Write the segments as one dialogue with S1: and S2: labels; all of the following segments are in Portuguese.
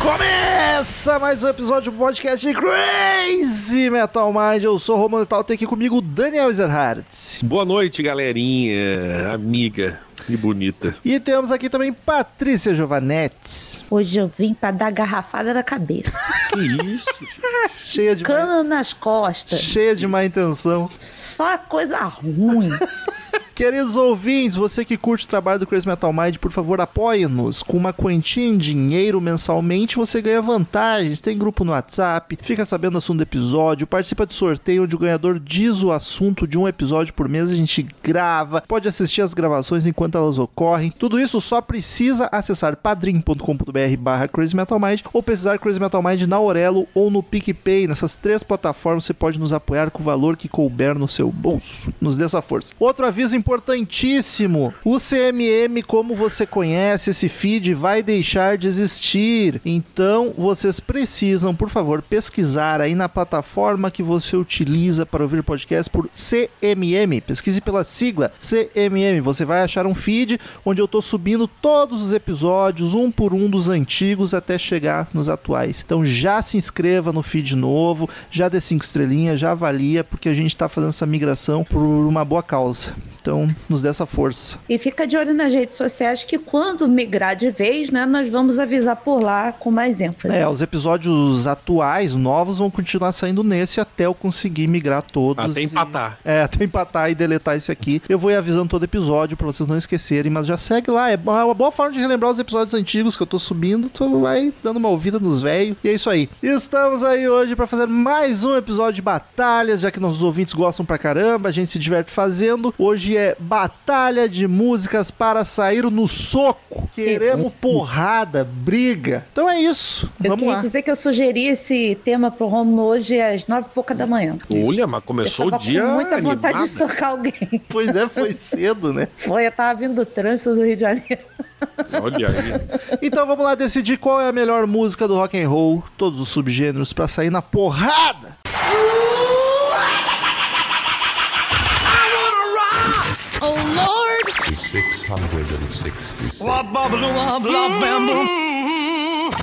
S1: Começa mais um episódio do podcast Crazy Metal Mind. Eu sou o Romano Tal, tem aqui comigo o Daniel Ezerhardt.
S2: Boa noite, galerinha, amiga e bonita.
S1: E temos aqui também Patrícia Giovanetti,
S3: Hoje eu vim pra dar garrafada na cabeça.
S2: Que isso, gente?
S1: cheia de, má,
S3: Cano nas costas.
S1: cheia de má intenção.
S3: Só coisa ruim.
S1: Queridos ouvintes, você que curte o trabalho do Crazy Metal Mind, por favor, apoie-nos. Com uma quantia em dinheiro mensalmente, você ganha vantagens. Tem grupo no WhatsApp, fica sabendo o assunto do episódio, participa de sorteio onde o ganhador diz o assunto de um episódio por mês, a gente grava, pode assistir as gravações enquanto elas ocorrem. Tudo isso só precisa acessar padrim.com.br barra Crazy Metal Mind ou pesquisar Crazy Metal Mind na Orelo ou no PicPay. Nessas três plataformas você pode nos apoiar com o valor que couber no seu bolso. Nos dê essa força. Outro aviso importantíssimo: o CMM, como você conhece, esse feed vai deixar de existir. Então vocês precisam, por favor, pesquisar aí na plataforma que você utiliza para ouvir podcast por CMM. Pesquise pela sigla CMM. Você vai achar um feed onde eu tô subindo todos os episódios, um por um dos antigos até chegar nos atuais. Então já se inscreva no feed novo, já dê cinco estrelinhas, já avalia, porque a gente tá fazendo essa migração por uma boa causa. Então, nos dê essa força.
S3: e fica de olho nas redes sociais que quando migrar de vez, né, nós vamos avisar por lá com mais ênfase.
S1: É, os episódios atuais, novos, vão continuar saindo nesse até eu conseguir migrar todos.
S2: Até
S1: e-
S2: empatar.
S1: É, até empatar e deletar esse aqui. Eu vou ir avisando todo episódio pra vocês não esquecerem, mas já segue lá. É bo- é uma boa forma de relembrar os episódios antigos que eu tô subindo. Tu vai dando uma ouvida nos velhos. E é isso aí. Estamos aí hoje pra fazer mais um episódio de batalhas, já que nossos ouvintes gostam pra caramba, a gente se diverte fazendo. Hoje é Batalha de Músicas para Sair no Soco. Queremos porrada, briga. Então é isso.
S3: Eu
S1: Vamos
S3: queria
S1: lá.
S3: dizer que eu sugeri esse tema pro Romulo hoje às nove e pouca da manhã.
S2: Olha, mas
S3: Eu
S2: começou o
S3: tava
S2: dia.
S3: com muita vontade
S2: animado.
S3: de socar alguém.
S1: Pois é, foi cedo, né?
S3: Foi, eu tava vindo do trânsito do Rio de Janeiro.
S2: Olha aí.
S1: Então vamos lá decidir qual é a melhor música do rock and roll, todos os subgêneros pra sair na porrada.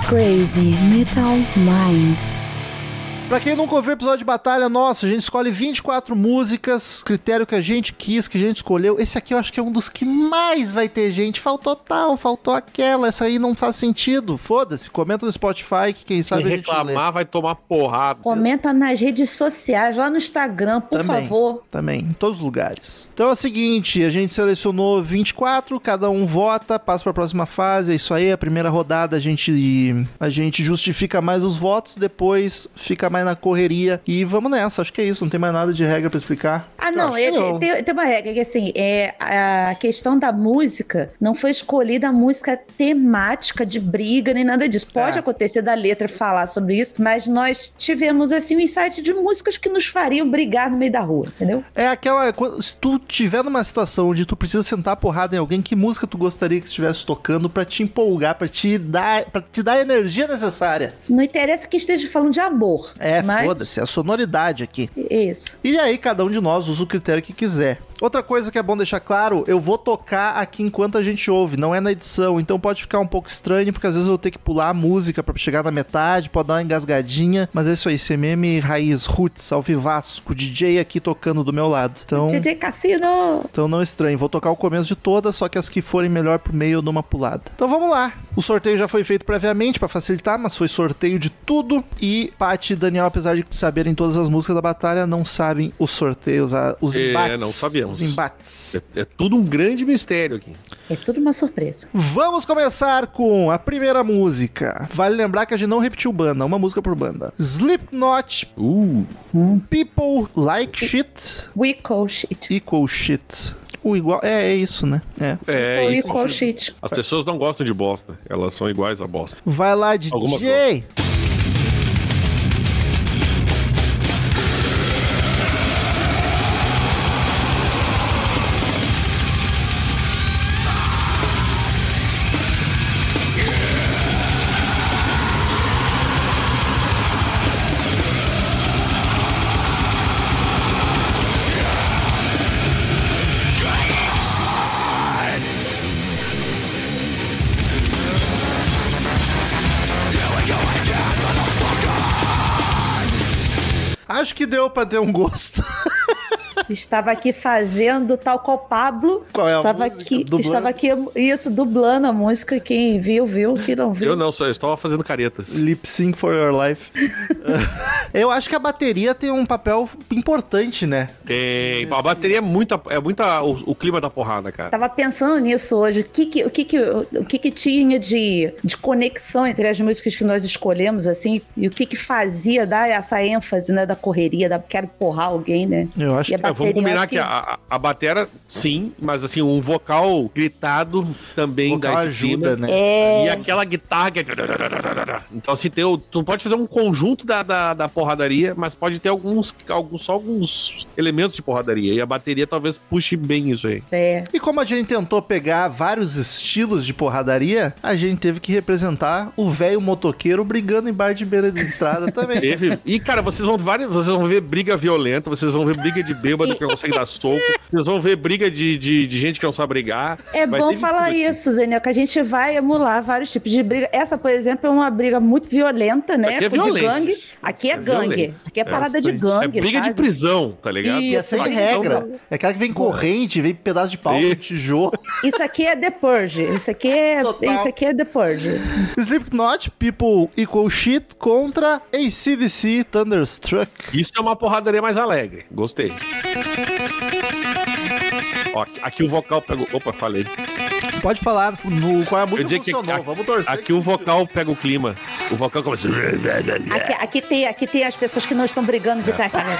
S4: Crazy Metal Mind.
S1: Pra quem nunca ouviu o episódio de batalha, nossa, a gente escolhe 24 músicas, critério que a gente quis, que a gente escolheu. Esse aqui eu acho que é um dos que mais vai ter gente. Faltou tal, faltou aquela, essa aí não faz sentido. Foda-se, comenta no Spotify que quem sabe
S2: Quem
S1: a gente lê.
S2: reclamar vai tomar porrada.
S3: Comenta nas redes sociais, lá no Instagram, por
S1: Também.
S3: favor.
S1: Também, em todos os lugares. Então é o seguinte, a gente selecionou 24, cada um vota, passa pra próxima fase, é isso aí, a primeira rodada a gente a gente justifica mais os votos, depois fica mais na correria e vamos nessa, acho que é isso, não tem mais nada de regra pra explicar.
S3: Ah, não,
S2: acho que
S3: é-
S2: não.
S3: Tem, tem uma regra que assim, é, a questão da música não foi escolhida a música temática de briga nem nada disso. Pode
S1: É.
S3: acontecer da letra falar sobre isso, mas nós tivemos assim um insight de músicas que nos fariam brigar no meio da rua, entendeu?
S1: É aquela, quando- se tu tiver numa situação onde tu precisa sentar a porrada em alguém, que música tu gostaria que estivesse tocando pra te empolgar, pra te dar, para te dar a energia necessária?
S3: Não interessa que esteja falando de amor.
S1: É,
S3: mas... é
S1: foda-se, é a sonoridade aqui.
S3: Isso.
S1: E aí, cada um de nós usa o critério que quiser. Outra coisa que é bom deixar claro, eu vou tocar aqui enquanto a gente ouve, não é na edição, então pode ficar um pouco estranho, porque às vezes eu vou ter que pular a música pra chegar na metade, pode dar uma engasgadinha, mas é isso aí, CMM Raiz Roots, ao vivaço, com o DJ aqui tocando do meu lado. Então,
S3: DJ Cassino!
S1: então não estranho, vou tocar o começo de todas, só que as que forem melhor pro meio eu dou uma pulada. Então vamos lá. O sorteio já foi feito previamente pra facilitar, mas foi sorteio de tudo. E Paty e Daniel, apesar de saberem todas as músicas da batalha, não sabem os sorteios, a- os
S2: É,
S1: embates.
S2: não sabemos.
S1: Os embates.
S2: É, é tudo um grande mistério aqui.
S3: É tudo uma surpresa.
S1: Vamos começar com a primeira música. Vale lembrar que a gente não repetiu banda, uma música por banda. Slipknot,
S2: Uh,
S1: People Like Shit,
S3: We call shit.
S1: Equal Shit. O igual. É, é isso, né? É.
S2: é
S3: We
S2: isso.
S3: call shit.
S2: As pessoas não gostam de bosta. Elas são iguais a bosta.
S1: Vai lá, DJ.
S2: Alguma
S5: Here we go
S1: Acho que deu pra ter um gosto.
S3: Estava aqui fazendo tal qual Pablo.
S1: Qual é a
S3: estava
S1: música?
S3: aqui,
S1: Dublando?
S3: estava aqui isso dublando a música. Quem viu viu, quem não viu.
S2: Eu não, só eu estava fazendo caretas.
S1: Lip Sync for Your Life. Eu acho que a bateria tem um papel importante, né?
S2: Tem. A bateria é muita. É muita o, o clima da porrada, cara.
S3: Tava pensando nisso hoje, o que que, o que, que, o que, que tinha de, de conexão entre as músicas que nós escolhemos, assim, e o que que fazia dar essa ênfase, né, da correria, da quero porrar alguém, né?
S1: Eu acho
S3: E a
S1: que-
S2: É, vamos
S3: bateria, eu
S2: combinar
S3: acho
S2: que, a, a- a batera, sim, mas assim, um vocal gritado também
S1: Vocal
S2: dá esse
S1: ajuda,
S2: clima.
S1: né?
S2: E aquela guitarra que é... Então, se tem o... Tu pode fazer um conjunto da, da, da porradaria, mas pode ter alguns, alguns, só alguns elementos de porradaria. E a bateria talvez puxe bem isso aí.
S3: É.
S1: E como a gente tentou pegar vários estilos de porradaria, a gente teve que representar o velho motoqueiro brigando em bar de beira de estrada também.
S2: Teve- E, cara, vocês vão, várias, vocês vão ver briga violenta, vocês vão ver briga de bêbado que não consegue dar soco, vocês vão ver briga de, de, de gente que não sabe brigar.
S3: É
S2: Vai ter
S3: bom
S2: de
S3: falar
S2: tudo aqui.
S3: isso, Daniel, que a gente vai emular vários tipos de briga. Essa, por exemplo, é uma briga muito violenta, né?
S2: aqui é
S3: com de
S2: violência.
S3: gangue. Aqui é,
S2: É
S3: gangue.
S2: violência.
S3: Aqui é
S2: É
S3: parada de
S1: bastante.
S3: gangue.
S2: É briga de
S3: sabe?
S2: prisão, tá ligado?
S1: E é sem
S2: Facção
S1: regra. É aquela que vem corrente, vem pedaço de pau,
S2: E-
S1: tijolo.
S3: Isso aqui é The Purge. Isso aqui é,
S1: Total.
S3: isso aqui é The Purge.
S1: Slipknot, People Equal Shit contra ACDC Thunderstruck.
S2: Isso é uma porradaria mais alegre. Gostei. Ó, aqui o vocal pega. o- Opa, falei.
S1: Pode falar no qual é a
S2: Eu
S1: música
S2: digo
S1: funcionou,
S2: a-
S1: vamos torcer.
S2: Aqui o vocal pega o clima. O vocal começa.
S3: Aqui, aqui tem, aqui tem as pessoas que não estão brigando de né? trás.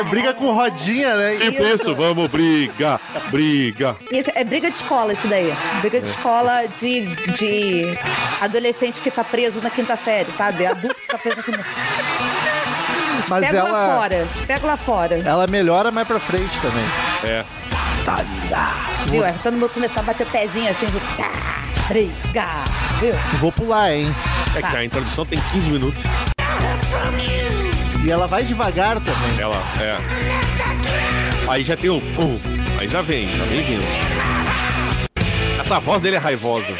S1: É briga com rodinha, né?
S2: Tipo isso, vamos brigar, briga.
S3: Isso é briga de escola isso daí. Briga
S1: É.
S3: de escola de, de adolescente que tá preso na quinta série, sabe? Adulto que tá preso na quinta série.
S1: Mas
S3: Pega lá
S1: ela, Tá
S3: fora. Pega lá fora.
S1: ela melhora mais pra frente também.
S2: É.
S3: Viu? É, todo mundo começou a bater o pezinho assim. Viu? Tá, briga. Viu?
S1: Vou pular, hein?
S2: É que a introdução tem 15 minutos.
S1: E ela vai devagar também.
S2: Ela, é. Aí já tem o. pum. Aí já vem, já vem vindo. Essa voz dele é raivosa.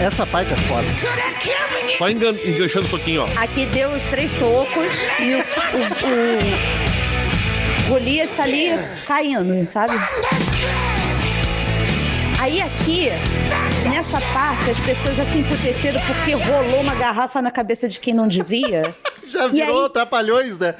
S1: Essa parte é foda.
S2: Só engan enganchando o soquinho, ó.
S3: Aqui deu os três socos e o, o, o Golias tá ali caindo, sabe? Aí aqui, nessa parte, as pessoas já se emputeceram porque rolou uma garrafa na cabeça de quem não devia.
S1: Já
S3: E
S1: virou
S3: aí-
S1: trapalhões, né?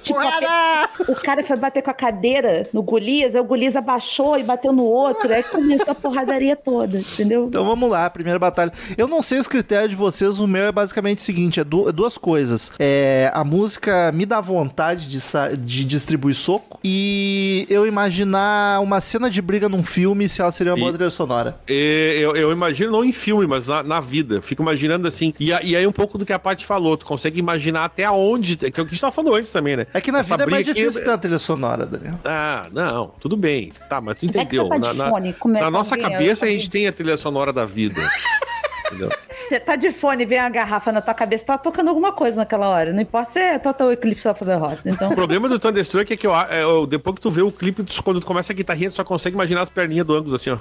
S3: Tipo, a pe- o cara foi bater com a cadeira no Golias, aí o Golias abaixou e bateu no outro, aí começou a porradaria toda, entendeu?
S1: Então vamos lá, primeira batalha. Eu não sei os critérios de vocês, o meu é basicamente o seguinte: é, du- é duas coisas. É, a música me dá vontade de, sa- de distribuir soco e eu imaginar uma cena de briga num filme se ela seria uma boa
S2: E-
S1: trilha sonora.
S2: E Eu, eu imagino, não em filme, mas na, na vida. Fico imaginando assim. E, a- e aí, um pouco do que a Paty falou, tu consegue imaginar até onde. Que é o que a gente tava falando antes também, né?
S1: É que na
S2: Essa
S1: vida é mais
S2: briga aqui-
S1: difícil ter uma trilha sonora, Daniel.
S2: Ah, não, tudo bem. Tá, mas tu
S3: que
S2: entendeu.
S3: você tá de
S2: na, na-
S3: fone, começa
S2: na nossa
S3: a ganhar,
S2: cabeça, a
S3: eu
S2: gente tem a trilha sonora da vida. entendeu?
S3: Você tá de fone, vem a garrafa na tua cabeça, tá tocando alguma coisa naquela hora. Não importa se é Total Eclipse of the Heart. Então,
S2: O problema do Thunderstruck é que eu, a- é, eu- depois que tu vê o clipe, tu- quando tu começa a guitarrinha, tu só consegue imaginar as perninhas do Angus assim, ó.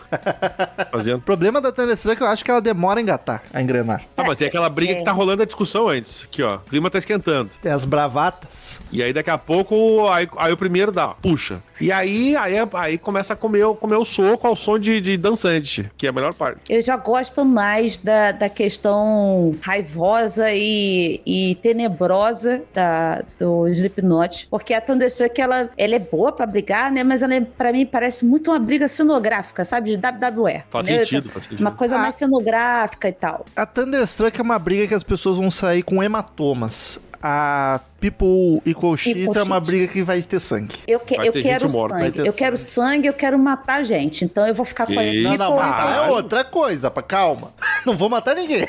S2: Fazendo.
S1: O problema da Thunderstruck é que eu acho que ela demora a engatar, a engrenar.
S2: Ah, mas é aquela briga que tá rolando a discussão antes. Aqui, ó. O clima tá esquentando.
S1: Tem as bravatas.
S2: E aí daqui a pouco, aí, aí o primeiro dá, puxa. E aí, aí, aí começa a comer, o- comer o soco ao som de, de dançante, que é a melhor parte.
S3: eu já gosto mais da, da questão raivosa e, e tenebrosa da, do Slipknot. Porque a Thunderstruck, ela, ela é boa pra brigar, né? Mas ela, é- pra mim, parece muito uma briga cenográfica, sabe? De WWE.
S2: Faz
S3: né?
S2: sentido, faz sentido.
S3: Uma coisa
S1: Ah.
S3: mais cenográfica e tal.
S1: A Thunderstruck é uma briga que as pessoas vão sair com hematomas. A People Equal Shit é uma
S3: Shit.
S1: briga que vai ter sangue.
S3: Eu, que,
S2: Vai
S3: eu
S2: ter
S3: quero
S2: gente morta,
S1: vai
S3: sangue.
S1: ter
S3: Eu quero sangue, eu quero matar gente. Então eu vou ficar com a
S2: Que
S3: equipe.
S1: Não,
S2: E
S1: não,
S2: foi,
S1: matar é
S2: caralho.
S1: outra coisa, pá, calma. Não vou matar ninguém.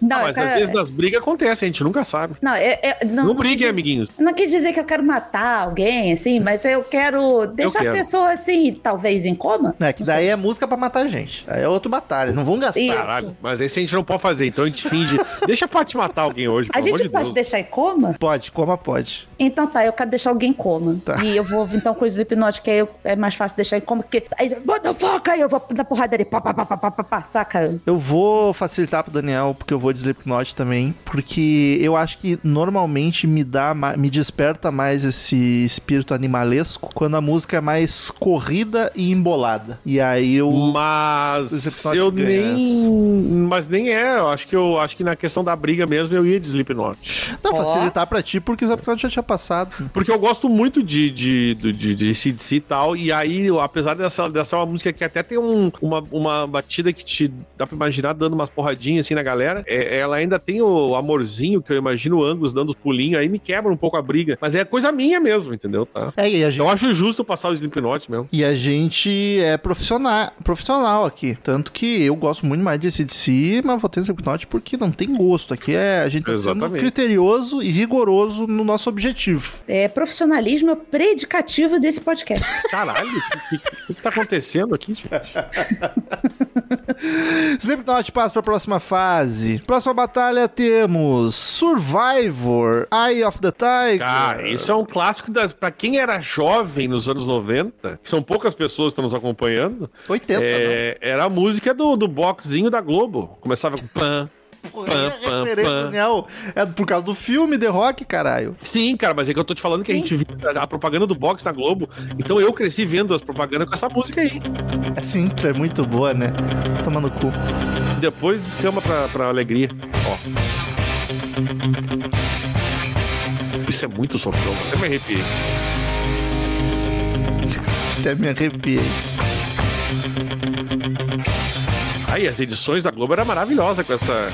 S3: Não, eu
S2: Ah, mas
S3: quero-
S2: às vezes nas brigas acontece, a gente nunca sabe.
S3: Não, é, é- não,
S2: Não,
S3: não
S2: briguem,
S3: quis-
S2: amiguinhos.
S3: Não quis dizer que eu quero matar alguém, assim, mas eu quero deixar
S2: quero.
S3: a pessoa, assim, talvez em coma.
S1: É, que daí é música pra matar gente. Aí é outra batalha, não vão gastar.
S3: Isso.
S2: Caralho. Mas aí a gente não pode fazer, então a gente finge. Deixa pra te matar alguém hoje,
S3: A
S2: pelo amor
S3: gente
S2: de
S3: pode
S2: Deus.
S3: deixar em coma?
S1: Pode, coma pode.
S3: Então tá, eu quero deixar alguém em coma.
S1: Tá.
S3: E eu vou então com o Slipknot, que aí eu- é mais fácil deixar em coma, porque aí, bota foca, aí eu vou dar porrada ali, pá, pá, pá, pá, pá, pá, pá, saca?
S1: Eu vou facilitar pro Daniel, porque eu vou vou de Slipknot também, porque eu acho que normalmente me dá, ma- me desperta mais esse espírito animalesco quando a música é mais corrida e embolada. E aí eu
S2: Mas
S1: Slipknot
S2: eu
S1: ganha
S2: nem. Mas nem é. Eu acho que eu acho que na questão da briga mesmo eu ia de Slipknot.
S1: não
S3: Ó.
S1: facilitar pra ti porque Slipknot já tinha passado.
S2: Porque eu gosto muito de, de, de, de, de CDC e tal. E aí, eu- apesar dessa, dessa é uma música que até tem um- uma, uma batida que te dá pra imaginar dando umas porradinhas assim na galera, é- ela ainda tem o amorzinho que eu imagino o Angus dando pulinho. Aí me quebra um pouco a briga. Mas é coisa minha mesmo, entendeu? Tá?
S1: É, e a gente
S2: Eu acho justo passar o Slipknot mesmo.
S1: E a gente é profissional, profissional aqui. Tanto que eu gosto muito mais de ACDC, mas vou ter Slipknot porque não tem gosto. Aqui é, a gente tá sendo
S2: Exatamente.
S1: criterioso e rigoroso no nosso objetivo.
S3: É profissionalismo predicativo desse podcast.
S2: Caralho, o que, que, que tá acontecendo aqui, gente?
S1: Slipknot passa um pra próxima fase. Próxima batalha temos Survivor, Eye of the Tiger.
S2: Cara, isso é um clássico das. Pra quem era jovem nos anos 90, que são poucas pessoas que estão nos acompanhando,
S1: 80, né?
S2: é, era a música do, do boxinho da Globo. Começava com pam.
S1: Pô,
S2: pam,
S1: é
S2: pam,
S1: referência,
S2: pam.
S1: Daniel. É por causa do filme The Rock, caralho.
S2: Sim, cara, mas é que eu tô te falando que a gente via a propaganda do box na Globo. Então eu cresci vendo as propagandas com essa música aí.
S1: Essa intro é muito boa, né? Tomando cu.
S2: Depois escama pra, pra alegria. Ó. Isso é muito sofrão, até me arrepiei.
S1: Até me arrepiei.
S2: Aí, as edições da Globo era maravilhosa com, essa,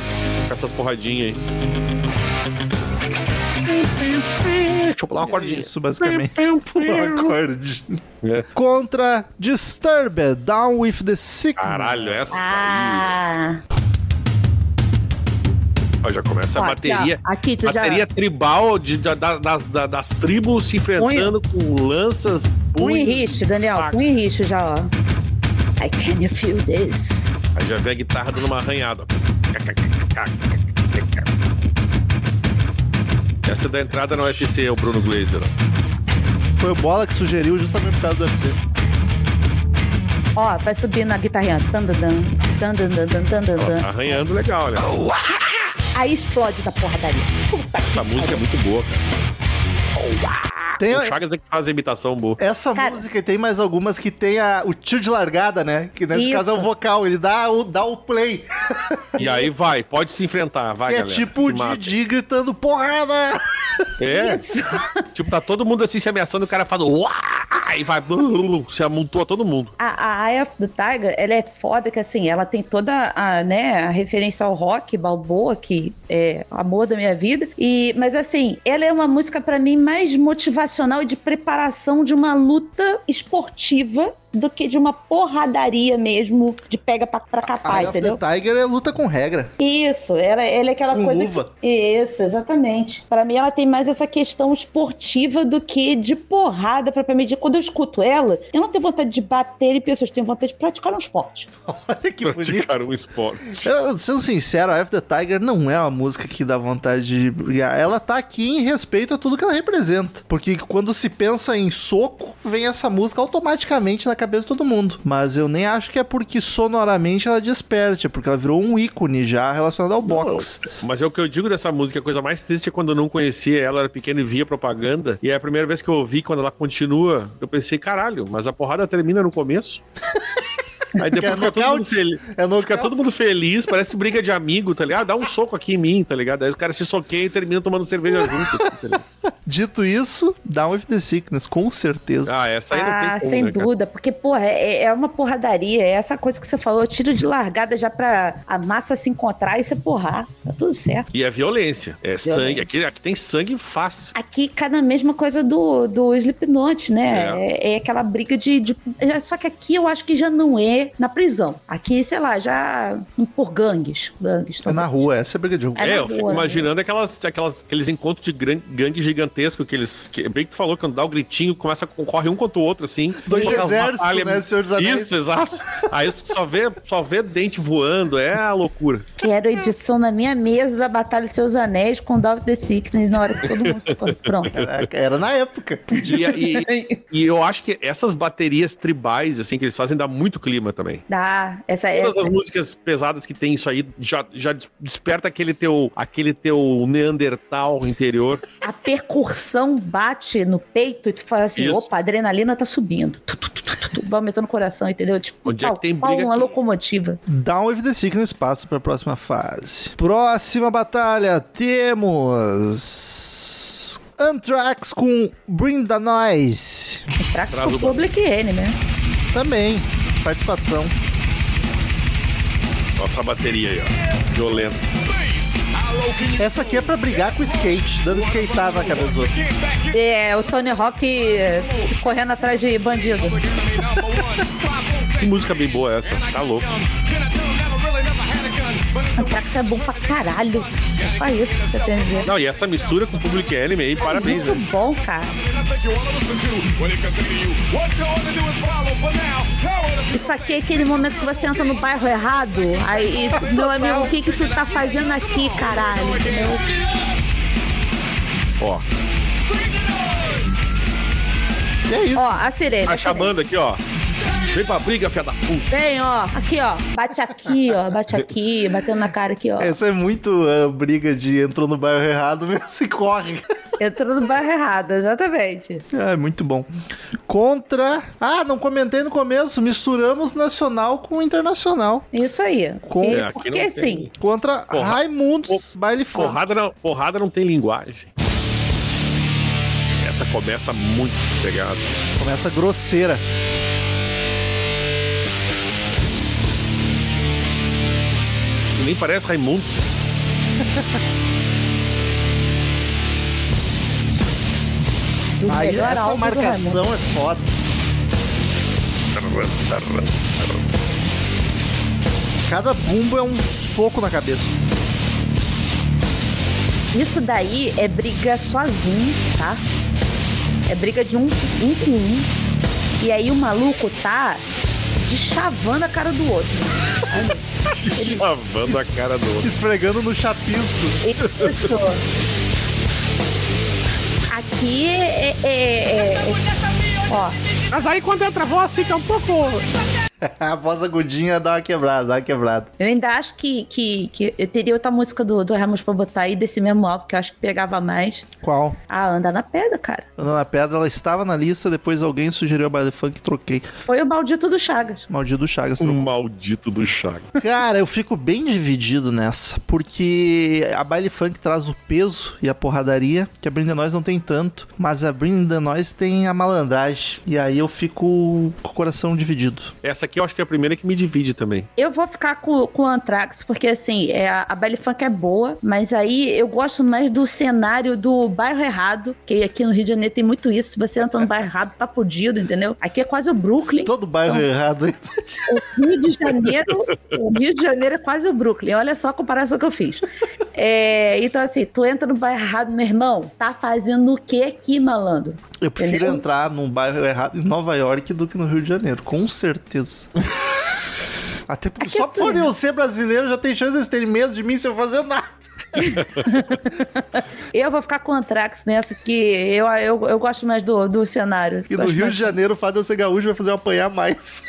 S2: com essas porradinhas aí. Deixa eu pular uma cordinha.
S1: Isso, basicamente. Pular acorde.
S2: É.
S1: Contra Disturbed, Down with the Sickness.
S2: Caralho, essa
S3: Ah!
S2: aí. Ó, já começa a
S3: Ó,
S2: bateria.
S3: Aqui, ó. aqui tu
S2: Bateria tribal de, da- da- das, da- das tribos se enfrentando com lanças,
S3: já. Um
S2: punhos,
S3: enriste, Daniel.
S2: faca.
S3: Um enriste já, ó. I can you feel this?
S2: Aí já vem a guitarra dando uma arranhada. ó. Essa é da entrada no UFC, é o Bruno Glazer. ó.
S1: Foi o Bola que sugeriu justamente por causa do UFC.
S3: Ó, vai subindo a guitarrinha. Tan, dan, dan, tan, dan, dan, dan, tan, dan,
S2: Ó, tá
S3: dan.
S2: arranhando legal, olha.
S3: Aí explode da porra dali. Puta que
S2: Essa música é muito boa, cara.
S1: Tem
S2: O Chagas é que faz a imitação boa.
S1: essa
S3: Cara-
S1: música e tem mais algumas que tem a- o tio de largada, né? Que nesse
S3: Isso.
S1: caso é o vocal, ele dá o, dá o play.
S2: E aí vai, pode se enfrentar, vai,
S1: que é
S2: galera.
S1: tipo o
S2: Se mata.
S1: Didi gritando porrada.
S2: É,
S3: Isso.
S2: tipo, tá todo mundo assim se ameaçando, o cara fala uá, e vai, blum, se amontoa todo mundo.
S3: A, a Eye of the Tiger, ela é foda que assim, ela tem toda a, né, a referência ao rock, Balboa, que é amor da minha vida. E, mas assim, ela é uma música pra mim mais motivacional e de preparação de uma luta esportiva do que de uma porradaria mesmo de pega pra, pra capar,
S1: Eye of the
S3: Ah, entendeu?
S1: Tiger é luta com regra.
S3: Isso, ela, ela é aquela
S1: Com
S3: coisa.
S1: luva.
S3: que- Isso, exatamente. Pra mim, ela tem mais essa questão esportiva do que de porrada propriamente. Quando eu escuto ela, eu não tenho vontade de bater em pessoas, eu tenho vontade de praticar um esporte.
S1: Olha que bonito.
S2: Praticar um esporte.
S1: Eu, sendo sincero, a F the Tiger não é uma música que dá vontade de brigar. Ela tá aqui em respeito a tudo que ela representa. Porque quando se pensa em soco, vem essa música automaticamente na cabeça de todo mundo. Mas eu nem acho que é porque sonoramente ela desperte, é porque ela virou um ícone já relacionado ao boxe.
S2: Mas é o que eu digo dessa música, a coisa mais triste é quando eu não conhecia ela, eu era pequeno e via propaganda. E é a primeira vez que eu ouvi, quando ela continua, eu pensei, caralho, mas a porrada termina no começo? Aí depois
S1: É
S2: fica todo mundo
S1: nocaute.
S2: feliz.
S1: É no
S2: Então Fica todo mundo feliz, parece briga de amigo, tá ligado? Dá um soco aqui em mim, tá ligado? Aí os caras se soqueiam e terminam tomando cerveja
S3: Ah.
S2: junto. assim, tá ligado?
S1: Dito isso, Down with the Sickness, com certeza.
S2: Ah, essa aí não tem
S3: ah,
S2: como,
S3: sem
S2: né, cara?
S3: dúvida, porque, porra, é, é uma porradaria. É essa coisa que você falou, tiro de largada já pra a massa se encontrar e você porrar. Tá tudo certo.
S2: E é violência. É sangue.
S3: Violência.
S2: Aqui, aqui tem sangue fácil.
S3: Aqui cai na mesma coisa do, do Slipknot, né? É. é aquela briga de, de- é, Só que aqui eu acho que já não é na prisão. Aqui, sei lá, já. um, por gangues. Gangues. tá
S1: É na
S3: talvez.
S1: rua, essa é briga de rua.
S3: É
S2: É,
S3: na
S2: eu
S3: rua,
S2: fico
S3: né?
S2: imaginando aquelas, aquelas, aqueles encontros de gran- gangue gigantesco que eles. Que, bem que tu falou, quando dá o gritinho, começa a concorrer um contra o outro, assim.
S1: Dois
S2: Fica as
S1: exércitos,
S2: batalhas-
S1: né, Senhor dos Anéis?
S2: Isso, exato. Aí só vê, só vê dente voando, é a loucura.
S3: Quero edição na minha mesa da Batalha dos Seus Anéis com David the Sickness na hora que todo mundo ficou pronto.
S1: Caraca, É, era na época.
S2: E, e, e eu acho que essas baterias tribais, assim, que eles fazem, dá muito clima também.
S3: Dá, essa é.
S2: Todas as músicas pesadas que tem isso aí já, já des- desperta aquele teu, aquele teu Neandertal interior.
S3: A percussão bate no peito e tu fala assim:
S2: Isso.
S3: opa, a adrenalina tá subindo. Tu, tu, tu, tu, tu, tu, vai aumentando o coração, entendeu? Tipo,
S2: Onde é que
S3: pau,
S2: tem
S3: pau,
S2: briga
S3: uma
S2: aqui?
S3: locomotiva.
S1: Down of the um Sickness passa pra próxima fase. Próxima batalha, temos... Anthrax com Bring the Noise.
S3: Fraco
S2: Traz
S3: pro
S2: o-
S3: Public Enemy, né?
S1: Também, participação.
S2: Nossa bateria aí, ó. Violenta.
S1: Essa aqui é pra brigar com o skate, dando skateada na cabeça do outro.
S3: É, o Tony Hawk eh, correndo atrás de bandido.
S2: Que música bem boa essa. Tá louco.
S3: Antrax é bom pra caralho. É só isso que você tem a dizer.
S2: Não, e essa mistura com o Public Enemy aí, parabéns, né?
S3: Muito bom, cara. Isso aqui é aquele momento que você entra no bairro errado. Aí, e, meu amigo, o que, que tu tá fazendo aqui, caralho? Entendeu?
S2: Ó,
S1: E é isso.
S3: Ó, a sirene.
S2: a chamando tá aqui, ó. Vem pra briga, filha da puta.
S3: Vem, ó. Aqui, ó. Bate aqui, ó. Bate aqui. Batendo na cara aqui, ó.
S1: Essa é muito uh, briga de entrou no bairro errado mesmo se corre.
S3: Entrou no bairro errado, exatamente.
S1: É, muito bom. Contra. Ah, não comentei no começo. Misturamos nacional com internacional.
S3: Isso aí.
S1: Com-
S3: E-
S2: É, aqui
S3: porque
S2: não tem-
S3: assim,
S1: Contra
S2: Porra.
S1: Raimundos Baile
S3: Ah.
S1: Funk.
S2: Porrada não, porrada não tem linguagem. Essa começa muito pegada.
S1: Começa grosseira.
S2: Nem parece Raimundo.
S3: do
S1: Aí
S3: melhor
S1: essa
S3: álbum do Raimundo.
S1: marcação é foda. Cada bumbo é um soco na cabeça.
S3: Isso daí é briga sozinho, tá? É briga de um um com um. E aí o maluco tá deschavando a cara do outro.
S2: Chavando a cara do outro.
S1: Esfregando no chapisco.
S3: Isso. Aqui é. é- é- é- Ó,
S2: Mas aí quando entra a voz fica um pouco.
S1: A voz agudinha dá uma quebrada, dá uma quebrada.
S3: eu ainda acho que, que, que eu teria outra música do, do Ramos pra botar aí desse mesmo álbum, que eu acho que pegava mais.
S1: Qual?
S3: Ah, anda na pedra, cara.
S1: Ana na Pedra, ela estava na lista, depois alguém sugeriu a Baile Funk e troquei.
S3: Foi o maldito do Chagas.
S1: Maldito Chagas
S2: O
S1: trocou.
S2: maldito do Chagas.
S1: Cara, eu fico bem dividido nessa, porque a baile funk traz o peso e a porradaria, que a Brinda Nós não tem tanto, mas a Brinda Nós tem a malandragem. E aí eu fico com o coração dividido.
S2: Essa aqui eu acho que é a primeira que me divide também.
S3: Eu vou ficar com, com o Anthrax, porque assim, é, a a Belly Funk é boa, mas aí eu gosto mais do cenário do bairro errado, que aqui no Rio de Janeiro tem muito isso. Se você entra no bairro errado, tá fudido, entendeu? Aqui é quase o Brooklyn.
S1: Todo bairro
S3: Então,
S1: errado, hein?
S3: O Rio de Janeiro, o Rio de Janeiro é quase o Brooklyn. Olha só a comparação que eu fiz. É, então, assim, tu entra no bairro errado, meu irmão, tá fazendo o que aqui, malandro?
S1: Eu prefiro
S3: Entendeu?
S1: entrar num bairro errado em Nova York do que no Rio de Janeiro, com certeza. Até porque
S3: Aqui é
S1: só por
S3: tudo.
S1: eu ser brasileiro já tem chance de terem medo de mim se eu fazer nada.
S3: Eu vou ficar com o Anthrax nessa, que eu, eu, eu gosto mais do, do cenário.
S1: E no
S3: Gosto
S1: Rio
S3: mais
S1: de Janeiro, o fato de eu ser gaúcho vai fazer eu apanhar mais.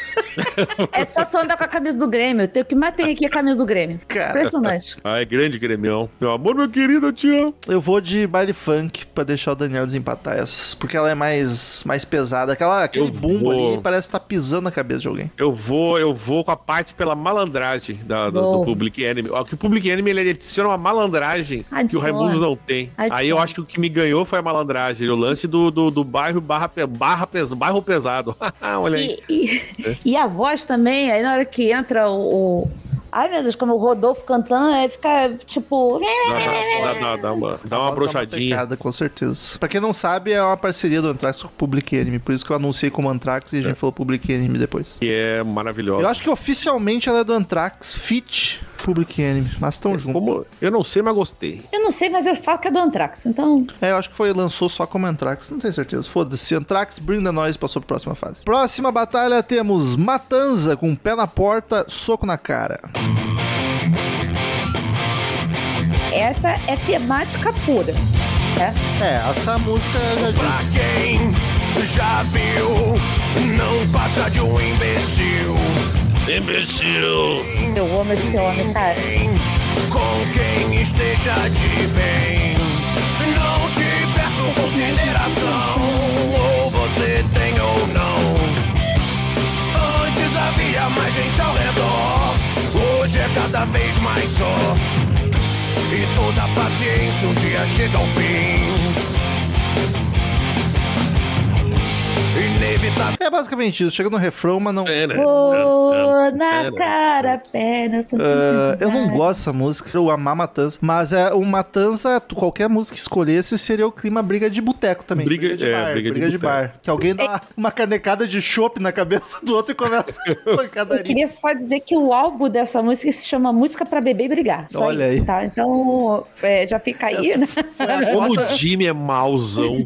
S3: É só tu andar com a camisa do Grêmio. Tem o que mais tem aqui é a camisa do Grêmio.
S1: Cara.
S3: Impressionante.
S2: Ai, Ah, é grande gremião. Meu amor, meu querido, eu te amo.
S1: Eu vou de baile funk pra deixar o Daniel desempatar essas, porque ela é mais, mais pesada. Aquela, aquele
S2: Eu
S1: bumbo
S2: vou-
S1: ali parece estar tá pisando na cabeça de alguém.
S2: Eu vou, eu vou com a parte pela malandragem da- do,
S3: Boa.
S2: do Public Enemy. Ó, Que o Public Enemy ele adiciona uma malandragem que o
S3: Adiciona.
S2: Raimundo não tem.
S3: Adiciona.
S2: Aí eu acho que o que me ganhou foi a malandragem. O lance do, do, do bairro barra, pe- barra pes- bairro pesado. Olha aí.
S3: E, e- e a voz também, aí na hora que entra o. o- Ai, meu Deus, como o Rodolfo cantando, aí fica tipo.
S2: Dá, dá- dá- dá- dá uma, dá uma
S1: Ela dá
S2: brochadinha.
S1: pecada, com certeza. Pra quem não sabe, é uma parceria do Anthrax com o Public Enemy, por isso que eu anunciei como Anthrax e
S2: É.
S1: a gente falou Public Enemy depois.
S2: Que é maravilhosa.
S1: Eu acho que oficialmente ela é do Anthrax Fit Public Enemy, mas estão juntos.
S2: É, Como, eu não sei, mas gostei.
S3: Eu não sei, mas eu falo que é do Anthrax, então.
S1: É, eu acho que foi lançou só como Anthrax, não tenho certeza. Foda-se, Anthrax, Bring the Noise passou pra próxima fase. Próxima batalha temos Matanza com pé na porta, soco na cara.
S3: Essa é temática pura. Né?
S1: É, essa música já
S5: Pra
S1: disse.
S5: quem já viu, não passa de um imbecil. Imbecil.
S3: Eu amo esse homem, cara.
S5: Quem- Com quem esteja de bem. Não te peço consideração. Ou você tem ou não. Antes havia mais gente ao redor. Hoje é cada vez mais só. E toda paciência um dia chega ao fim. Inevitável.
S1: É basicamente isso, chega no refrão, mas não.
S2: É, né? É,
S3: Pô, na
S2: né?
S3: cara, perna.
S1: Ah, eu não gosto dessa música, eu amar Matanza. Mas é, o Matanza, tu- qualquer música que escolhesse, seria o clima briga de boteco também.
S2: Briga- é,
S1: briga, de, bar. Que alguém dá
S3: É.
S1: uma canecada de chopp na cabeça do outro e começa a
S3: Eu
S1: pancadaria.
S3: queria só dizer que o álbum dessa música se chama Música pra Beber e Brigar. Só
S1: Olha
S3: isso,
S1: aí.
S3: tá? Então, é, já fica aí, né?
S1: Foi a
S2: Como
S1: cota-
S2: o Jimmy é mauzão.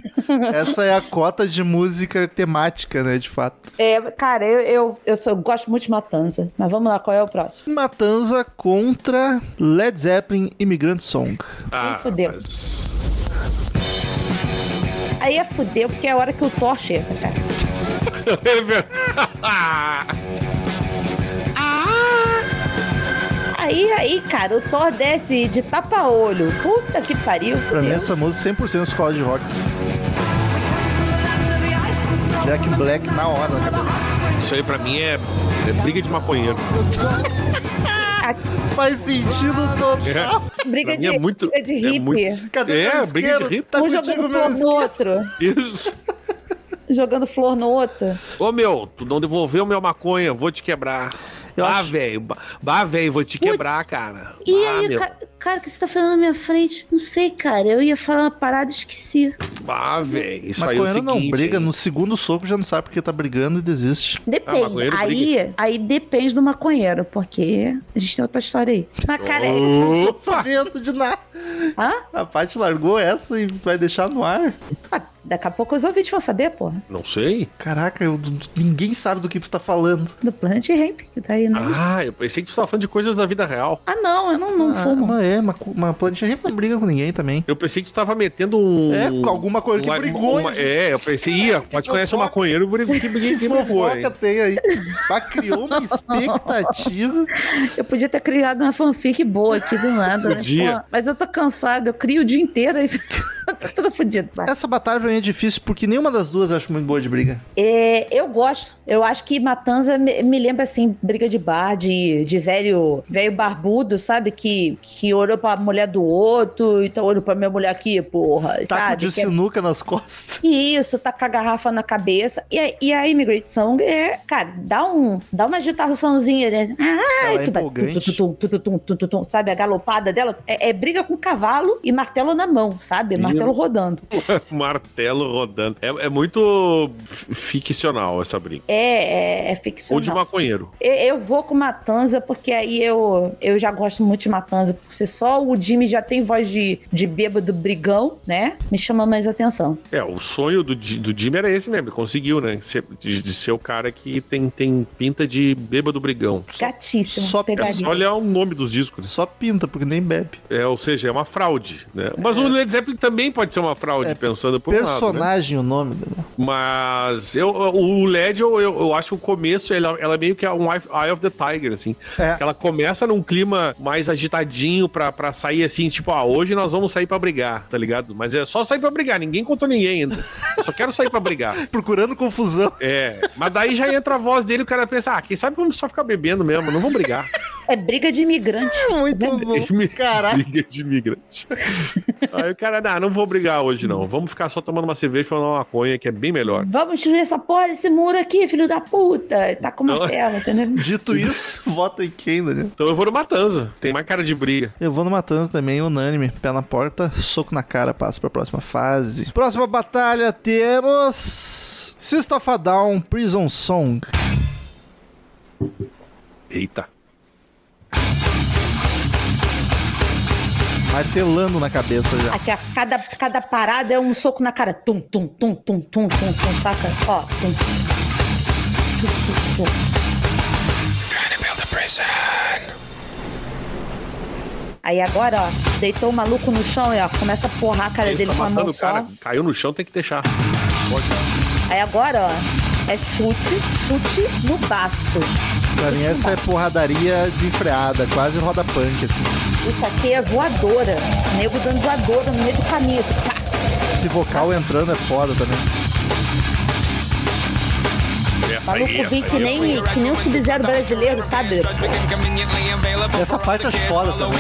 S1: Essa é a cota de música temática, né, de fato.
S3: É, cara, eu, eu, eu, sou- eu gosto muito de Matanza. Mas vamos lá, qual é o próximo?
S1: Matanza contra Led Zeppelin Immigrant Song.
S2: Ah,
S3: fudeu.
S2: mas-
S3: Aí é fuder, porque é a hora que o Thor chega, cara.
S2: É verdade.
S3: Aí, aí, cara, o Thor desce de tapa-olho. Puta que pariu.
S1: Pra mim,
S3: fudeu.
S1: essa música é 100% escola de rock. Jack Black na hora. né? na cabeça.
S2: Isso aí pra mim é, é briga de maconheiro.
S1: Faz sentido total.
S3: Briga
S2: Pra mim
S3: de,
S2: é muito-
S3: briga de
S2: é
S3: hippie.
S2: muito-
S1: Cadê
S2: É,
S1: meu
S2: briga
S1: isqueiro?
S2: de rico.
S1: Tá
S3: um
S1: contigo meu
S3: jogando flor no
S1: isqueiro?
S3: outro.
S2: Isso.
S3: Jogando flor no outro.
S2: Ô meu, tu não devolveu meu maconha, vou te quebrar.
S1: Eu
S2: bah,
S1: acho-
S2: velho, bah, bah, velho, vou te
S3: Putz.
S2: quebrar, cara.
S3: E
S2: Bah,
S3: aí,
S2: Ah, meu.
S3: ca- cara, o que você tá falando na minha frente? Não sei, cara. Eu ia falar uma parada e esqueci.
S2: Ah, Bah, velho, isso aí é o
S1: Maconheiro
S2: seguinte.
S1: não briga,
S2: hein?
S1: no segundo soco já não sabe porque tá brigando e desiste.
S2: Ah,
S3: Depende.
S2: maconheiro
S3: aí, aí depende do maconheiro, porque a gente tem outra história aí. Mas,
S2: Oh.
S3: cara, é-
S1: Não tô sabendo de nada.
S3: Hã?
S1: A Paty largou essa e vai deixar no ar.
S3: Ah, daqui a pouco os ouvintes vão saber, porra.
S2: Não sei.
S1: Caraca, eu- ninguém sabe do que tu tá falando.
S3: Do Planet Ramp, que tá aí, né? Ah,
S2: Ah, eu pensei que tu tava falando de coisas da vida real.
S3: não, eu não, não
S1: Ah,
S3: fumo.
S1: mas é, uma, co- uma plantinha sempre não briga com ninguém também.
S2: Eu pensei que tu tava metendo um.
S1: É, com alguma coisa que
S2: uma-
S1: brigou,
S2: uma-
S1: gente.
S2: É, eu pensei, ia, pode conhecer um
S1: fofoca.
S2: maconheiro, brigou que brigou que
S1: Que
S2: brigou.
S1: fofoca
S2: hein?
S1: tem aí? Bah, criou uma expectativa.
S3: Eu podia ter criado uma fanfic boa aqui do nada, né?
S2: Podia.
S3: Pô, mas eu tô cansada, eu crio o dia inteiro e tá tudo fodido. vai.
S1: Essa batalha pra mim é difícil porque nenhuma das duas eu acho muito boa de briga.
S3: É, eu gosto. Eu acho que Matanza me, me lembra, assim, briga de bar, de, de velho, velho barbudo, sabe? Que, que olhou pra mulher do outro, então olhou pra minha mulher aqui, porra,
S1: Taco
S3: sabe?
S1: Tá de
S3: Que é-
S1: sinuca nas costas.
S3: isso, tá com a garrafa na cabeça. E, a- e a Immigrant Song é, cara, dá, um, dá uma agitaçãozinha, né? Ai,
S1: Ela é
S3: tu vai-
S1: empolgante.
S3: tu- tu- tu- tu- tu- tu- tu- sabe? A galopada dela é, é briga com cavalo e martelo na mão, sabe? Martelo rodando.
S2: Martelo rodando. É, é muito f- ficcional essa briga.
S3: É, é, é ficcional.
S2: Ou de maconheiro.
S3: Eu, eu vou com Matanza, porque aí eu, eu já gosto muito de Matanza, porque se só o Jimmy já tem voz de, de bêbado brigão, né? Me chama mais atenção.
S2: É, o sonho do, Di- do Jimmy era esse mesmo, ele conseguiu, né? Ser- de, de ser o cara que tem, tem pinta de bêbado brigão.
S3: Gatíssimo.
S1: só- é
S2: É
S3: pegaria.
S2: só olhar o nome dos discos.
S1: Só pinta, porque nem bebe.
S2: né? É, ou seja, é uma fraude, né? Mas o Led Zeppelin também pode ser uma fraude, pensando por um lado, né?
S1: Personagem o nome dela.
S2: Mas eu, o Led, eu, eu, eu acho que o começo, ela, ela é meio que é um Eye Eye of the Tiger, assim.
S1: É.
S2: Que Ela começa num clima mais agitadinho pra, pra sair assim, tipo, ah, hoje nós vamos sair pra brigar, tá ligado? Mas é só sair pra brigar, ninguém contou ninguém ainda. Eu Só quero sair pra brigar.
S1: Procurando confusão.
S2: É, mas daí já entra a voz dele e o cara pensa, ah, quem sabe vamos só ficar bebendo mesmo, não vamos brigar.
S3: É briga de imigrante.
S1: Muito bom. Caraca.
S2: Briga de imigrante. Aí o cara, não, não vou brigar hoje não, vamos ficar só tomando uma cerveja e fumando uma maconha, que é bem melhor.
S3: Vamos destruir essa porra desse muro aqui, filho da puta. Tá com uma
S2: Não.
S3: tela, entendeu?
S1: Dito isso, vota em quem, Daniel?
S2: Então eu vou no Matanza, tem mais cara de briga.
S1: Eu vou no Matanza também, unânime. Pé na porta, soco na cara, passa pra próxima fase. Próxima batalha temos. System of a Down Prison Song.
S2: Eita.
S1: martelando na cabeça já.
S3: Aqui, a cada, cada parada é um soco na cara. Tum, tum, tum, tum, tum, tum, tum, saca? Ó, tum. Tum, tum, tum. Aí agora, ó, deitou o maluco no chão e ó, começa a porrar a cara
S2: Ele
S3: É dele
S2: tá
S3: com a mão
S2: matando o
S3: só.
S2: cara. Caiu no chão, tem que deixar. Pode.
S3: Aí agora, ó, é chute, chute no baço.
S1: Pra mim, essa é porradaria desenfreada, quase roda punk, assim.
S3: Isso aqui é voadora. Nego dando voadora no meio do caminho. assim, pá.
S1: Esse vocal entrando é foda também.
S2: Essa aí,
S3: Maluco
S2: essa aí.
S3: vem que nem, que nem um sub-zero brasileiro, sabe?
S1: Essa parte eu acho foda também.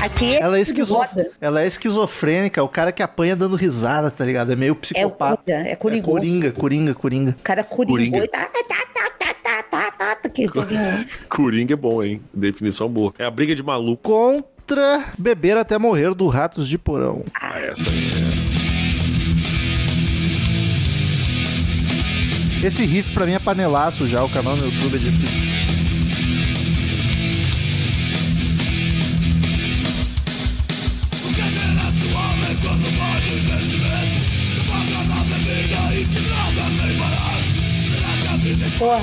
S3: Aqui é
S1: Ela é,
S3: tudo
S1: esquizo...
S3: roda.
S1: Ela é esquizofrênica, é o cara que apanha dando risada, tá ligado? É meio psicopata.
S3: Coringa, é Coringa.
S1: Coringa, Coringa, Coringa.
S3: O cara coringou
S2: Coringa.
S3: e tá, tá, tá, tá, tá, tá, tá, tá, que coringa.
S2: Coringa é bom, hein? Definição boa. É a briga de maluco.
S1: Contra Beber Até Morrer, do Ratos de Porão.
S2: Ah, essa aí.
S1: Esse riff pra mim é panelaço já, o canal no YouTube é difícil.
S3: Porra.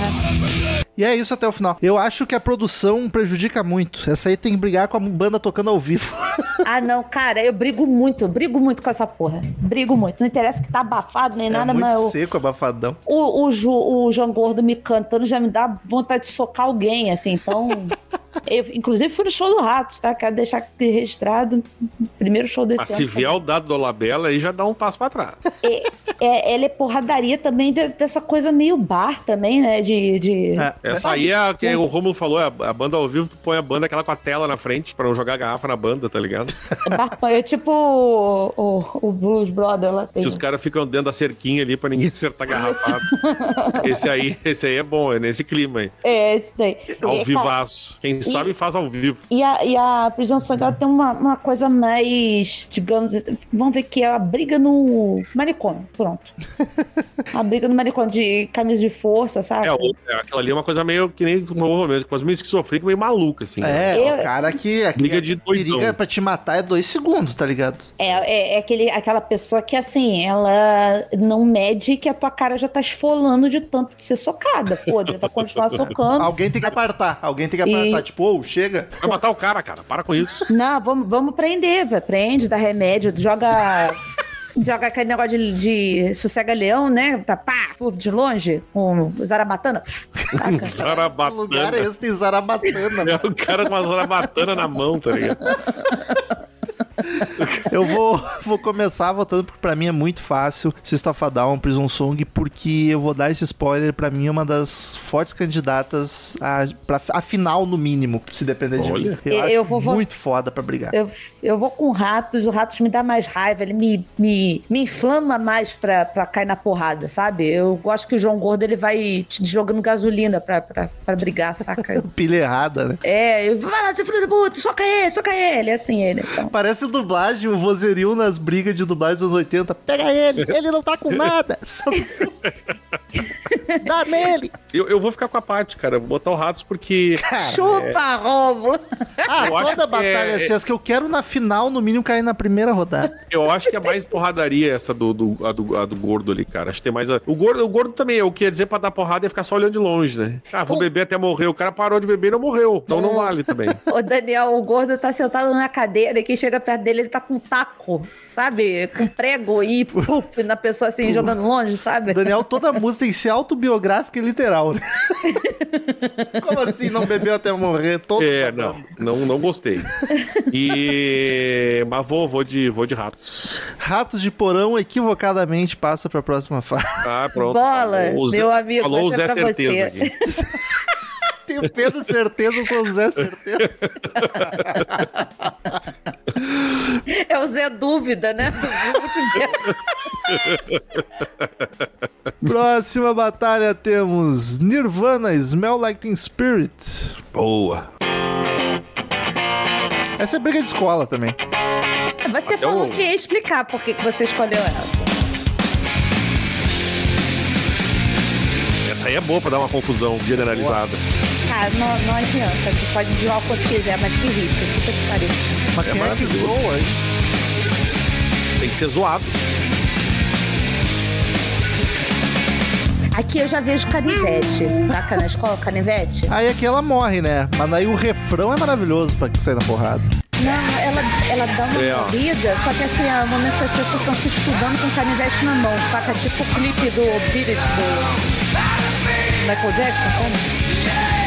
S1: E é isso até o final. Eu acho que a produção prejudica muito. Essa aí tem que brigar com a banda tocando ao vivo.
S3: Ah, não, cara, eu brigo muito, eu brigo muito com essa porra. Brigo muito. Não interessa que tá abafado nem nada,
S1: é muito
S3: mas eu-
S1: seco, abafadão.
S3: o, o, Ju- o João Gordo me cantando já me dá vontade de socar alguém, assim, então. eu, inclusive fui no show do Ratos, tá? Quero deixar aqui registrado. Primeiro show desse
S2: Mas Ah, se
S3: ano.
S2: vier o dado do Olabella, aí já dá um passo pra trás.
S3: É, ela é porradaria também de- dessa coisa meio bar também, né? De. de...
S1: É.
S2: Essa aí é a que o Romulo falou, é a a banda ao vivo, tu põe a banda aquela com a tela na frente pra não jogar a garrafa na banda, tá ligado?
S3: bar punk, é tipo o, o- o Blues Brother lá tem.
S2: Se os caras ficam dentro da cerquinha ali pra ninguém acertar a garrafada. Esse aí, esse aí é bom, é nesse clima aí.
S3: É, esse daí.
S2: Ao
S3: E, cara,
S2: vivaço. Quem sabe faz ao vivo.
S3: E a, e a prisão sangue ela tem uma, uma coisa mais, digamos, assim, vamos ver que é a briga no manicômio, pronto. a briga no manicômio de camisa de força, sabe?
S2: É, o- é, aquela ali é uma coisa meio que nem provavelmente, quase meio esquizofrênica, meio maluca, assim.
S1: É,
S3: Eu-
S1: o cara que. que
S2: Briga de doidão.
S1: periga pra te matar é dois segundos, tá ligado?
S3: É, é, é aquele, aquela pessoa que, assim, ela não mede que a tua cara já tá esfolando de tanto de ser socada, foda-se, vai continuar socando.
S1: Alguém tem que apartar, alguém tem que
S3: E-
S1: apartar. Tipo, ou chega.
S2: Vai matar o cara, cara. Para com isso.
S3: Não, vamos, vamos prender, vai, prende, dá remédio, joga... Joga aquele negócio de, de sossega-leão, né? Tá, pá, de longe, com zarabatana. Saca?
S1: Que lugar é
S2: Zarabatana.
S1: esse? Tem Zarabatana.
S3: né?
S2: É o cara com uma zarabatana na mão, tá ligado?
S1: Eu vou, vou começar votando porque pra mim é muito fácil Sista Down, Prison Song, porque eu vou dar esse spoiler, pra mim é uma das fortes candidatas a, pra, a final no mínimo, se depender de mim.
S2: Olha.
S1: Eu,
S3: Eu-
S1: acho
S3: eu vou vo-
S1: muito foda pra brigar.
S3: Eu, eu vou com ratos, o ratos me dá mais raiva, ele me, me, me inflama mais pra, pra cair na porrada, sabe? Eu gosto que o João Gordo ele vai te jogando gasolina pra, pra, pra brigar, saca?
S1: Pilha errada, né?
S3: é, eu, vai lá, seu filho da puta, soca ele, soca ele, é assim ele. Então.
S1: Parece dublagem, o vozerio nas brigas de dublagem dos anos 80. Pega ele, ele não tá com nada. só- Dá nele.
S2: Eu, eu vou ficar com a parte, cara. Eu Vou botar o Ratos porque.
S3: Chupa, Rômulo!
S1: Ah,
S2: Eu acho
S1: toda
S2: que
S1: batalha
S2: é-
S1: assim, as que eu quero na final, no mínimo, cair na primeira rodada.
S2: Eu acho que é mais porradaria essa do, do, a do, a do gordo ali, cara. Acho que tem mais. a- O, gordo, o gordo também, eu queria dizer pra dar porrada e ficar só olhando de longe, né? Ah, vou beber até morrer. O cara parou de beber e não morreu. Então
S3: É.
S2: não vale também.
S3: O Daniel, o gordo tá sentado na cadeira e quem chega perto dele, ele tá com um taco, sabe? Com prego e puf, na pessoa assim, jogando longe, sabe?
S1: O Daniel, toda música tem que ser autobiográfica e literal, né? Como assim não bebeu até morrer? Todo
S2: É,
S1: mundo.
S2: não, não, não gostei. E. Mas vou, vou de, vou de ratos.
S1: Ratos de porão equivocadamente passa pra próxima fase.
S2: Ah, pronto.
S3: Bola,
S2: O Zé-
S3: meu amigo,
S2: Falou o
S3: essa é
S2: Zé
S3: pra
S2: Certeza
S3: você.
S2: aqui.
S1: Tem o Pedro certeza, eu sou o Zé certeza.
S3: É o Zé Dúvida, né?
S1: Próxima batalha temos Nirvana, Smell Like Teen Spirit.
S2: Boa.
S1: Essa é briga de escola também.
S3: Você
S2: Até
S3: falou
S2: o-
S3: que ia explicar por que que você escolheu ela.
S2: Essa aí é boa pra dar uma confusão generalizada.
S3: Cara, Ah, não, não adianta. Tu pode zoar o quanto quiser, mas que rico. Puta que pariu.
S1: Mas quem é que
S2: maravilhoso.
S1: zoa? hein?
S2: Tem que ser zoado.
S3: Aqui eu já vejo canivete. Saca na escola, canivete?
S1: Aí é que ela morre, né? Mas daí o refrão é maravilhoso pra sair na porrada.
S3: Não, ela, ela dá uma
S2: É, ó.
S3: corrida, só que assim, é o momento que as pessoas estão se estudando com canivete na mão, saca? Tipo o clipe do Beat It, do Michael Jackson, sabe?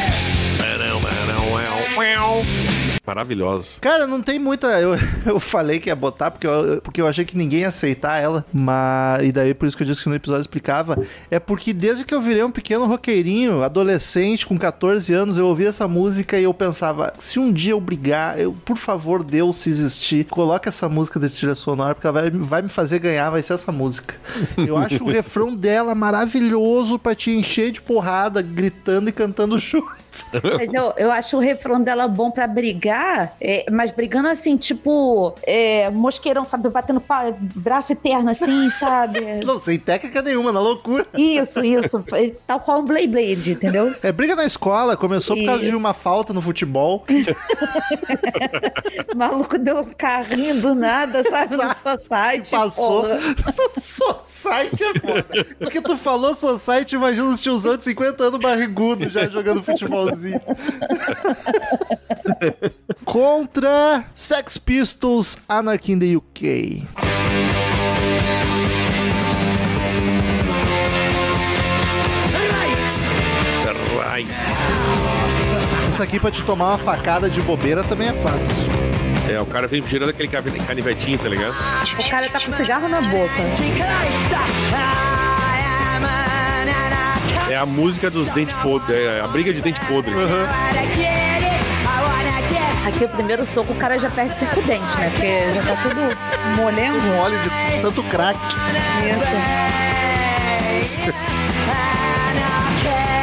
S2: Maravilhosa.
S1: Cara, não tem muita. Eu, eu falei que ia botar porque eu, porque eu achei que ninguém ia aceitar ela. Mas. E daí por isso que eu disse que no episódio eu explicava. É porque desde que eu virei um pequeno roqueirinho, adolescente, com 14 anos, eu ouvia essa música e eu pensava: se um dia eu brigar, eu, por favor, Deus, se existir, coloca essa música de trilha sonora, porque ela vai, vai me fazer ganhar, vai ser essa música. Eu acho o refrão dela maravilhoso pra te encher de porrada, gritando e cantando junto.
S3: Mas eu, eu acho o refrão dela bom pra brigar, é, mas brigando assim, tipo, é, mosqueirão, sabe? Batendo pa- braço e perna assim, sabe?
S1: Não, sem técnica nenhuma, na loucura.
S3: Isso, isso. Tal qual um Blade Blade, entendeu?
S1: É briga na escola, começou por causa de
S3: Isso.
S1: uma falta no futebol.
S3: O maluco deu um carrinho do nada, sabe? No society.
S1: Passou.
S3: porra.
S1: Society é foda. Porque tu falou Society, imagina os tiozão de 50 anos barrigudo já jogando futebolzinho. Contra Sex Pistols Anarchy in the UK.
S2: Right.
S1: Isso aqui pra te tomar uma facada de bobeira também é fácil.
S2: É, o cara vem girando aquele cave- canivetinho, tá ligado?
S3: O cara tá com cigarro na boca.
S2: É a música dos dentes podres, é a briga de dente podre.
S3: Aqui o primeiro soco, o cara já perde cinco dentes, né? Porque já tá tudo molengo.
S1: Um óleo de tanto crack.
S3: Isso.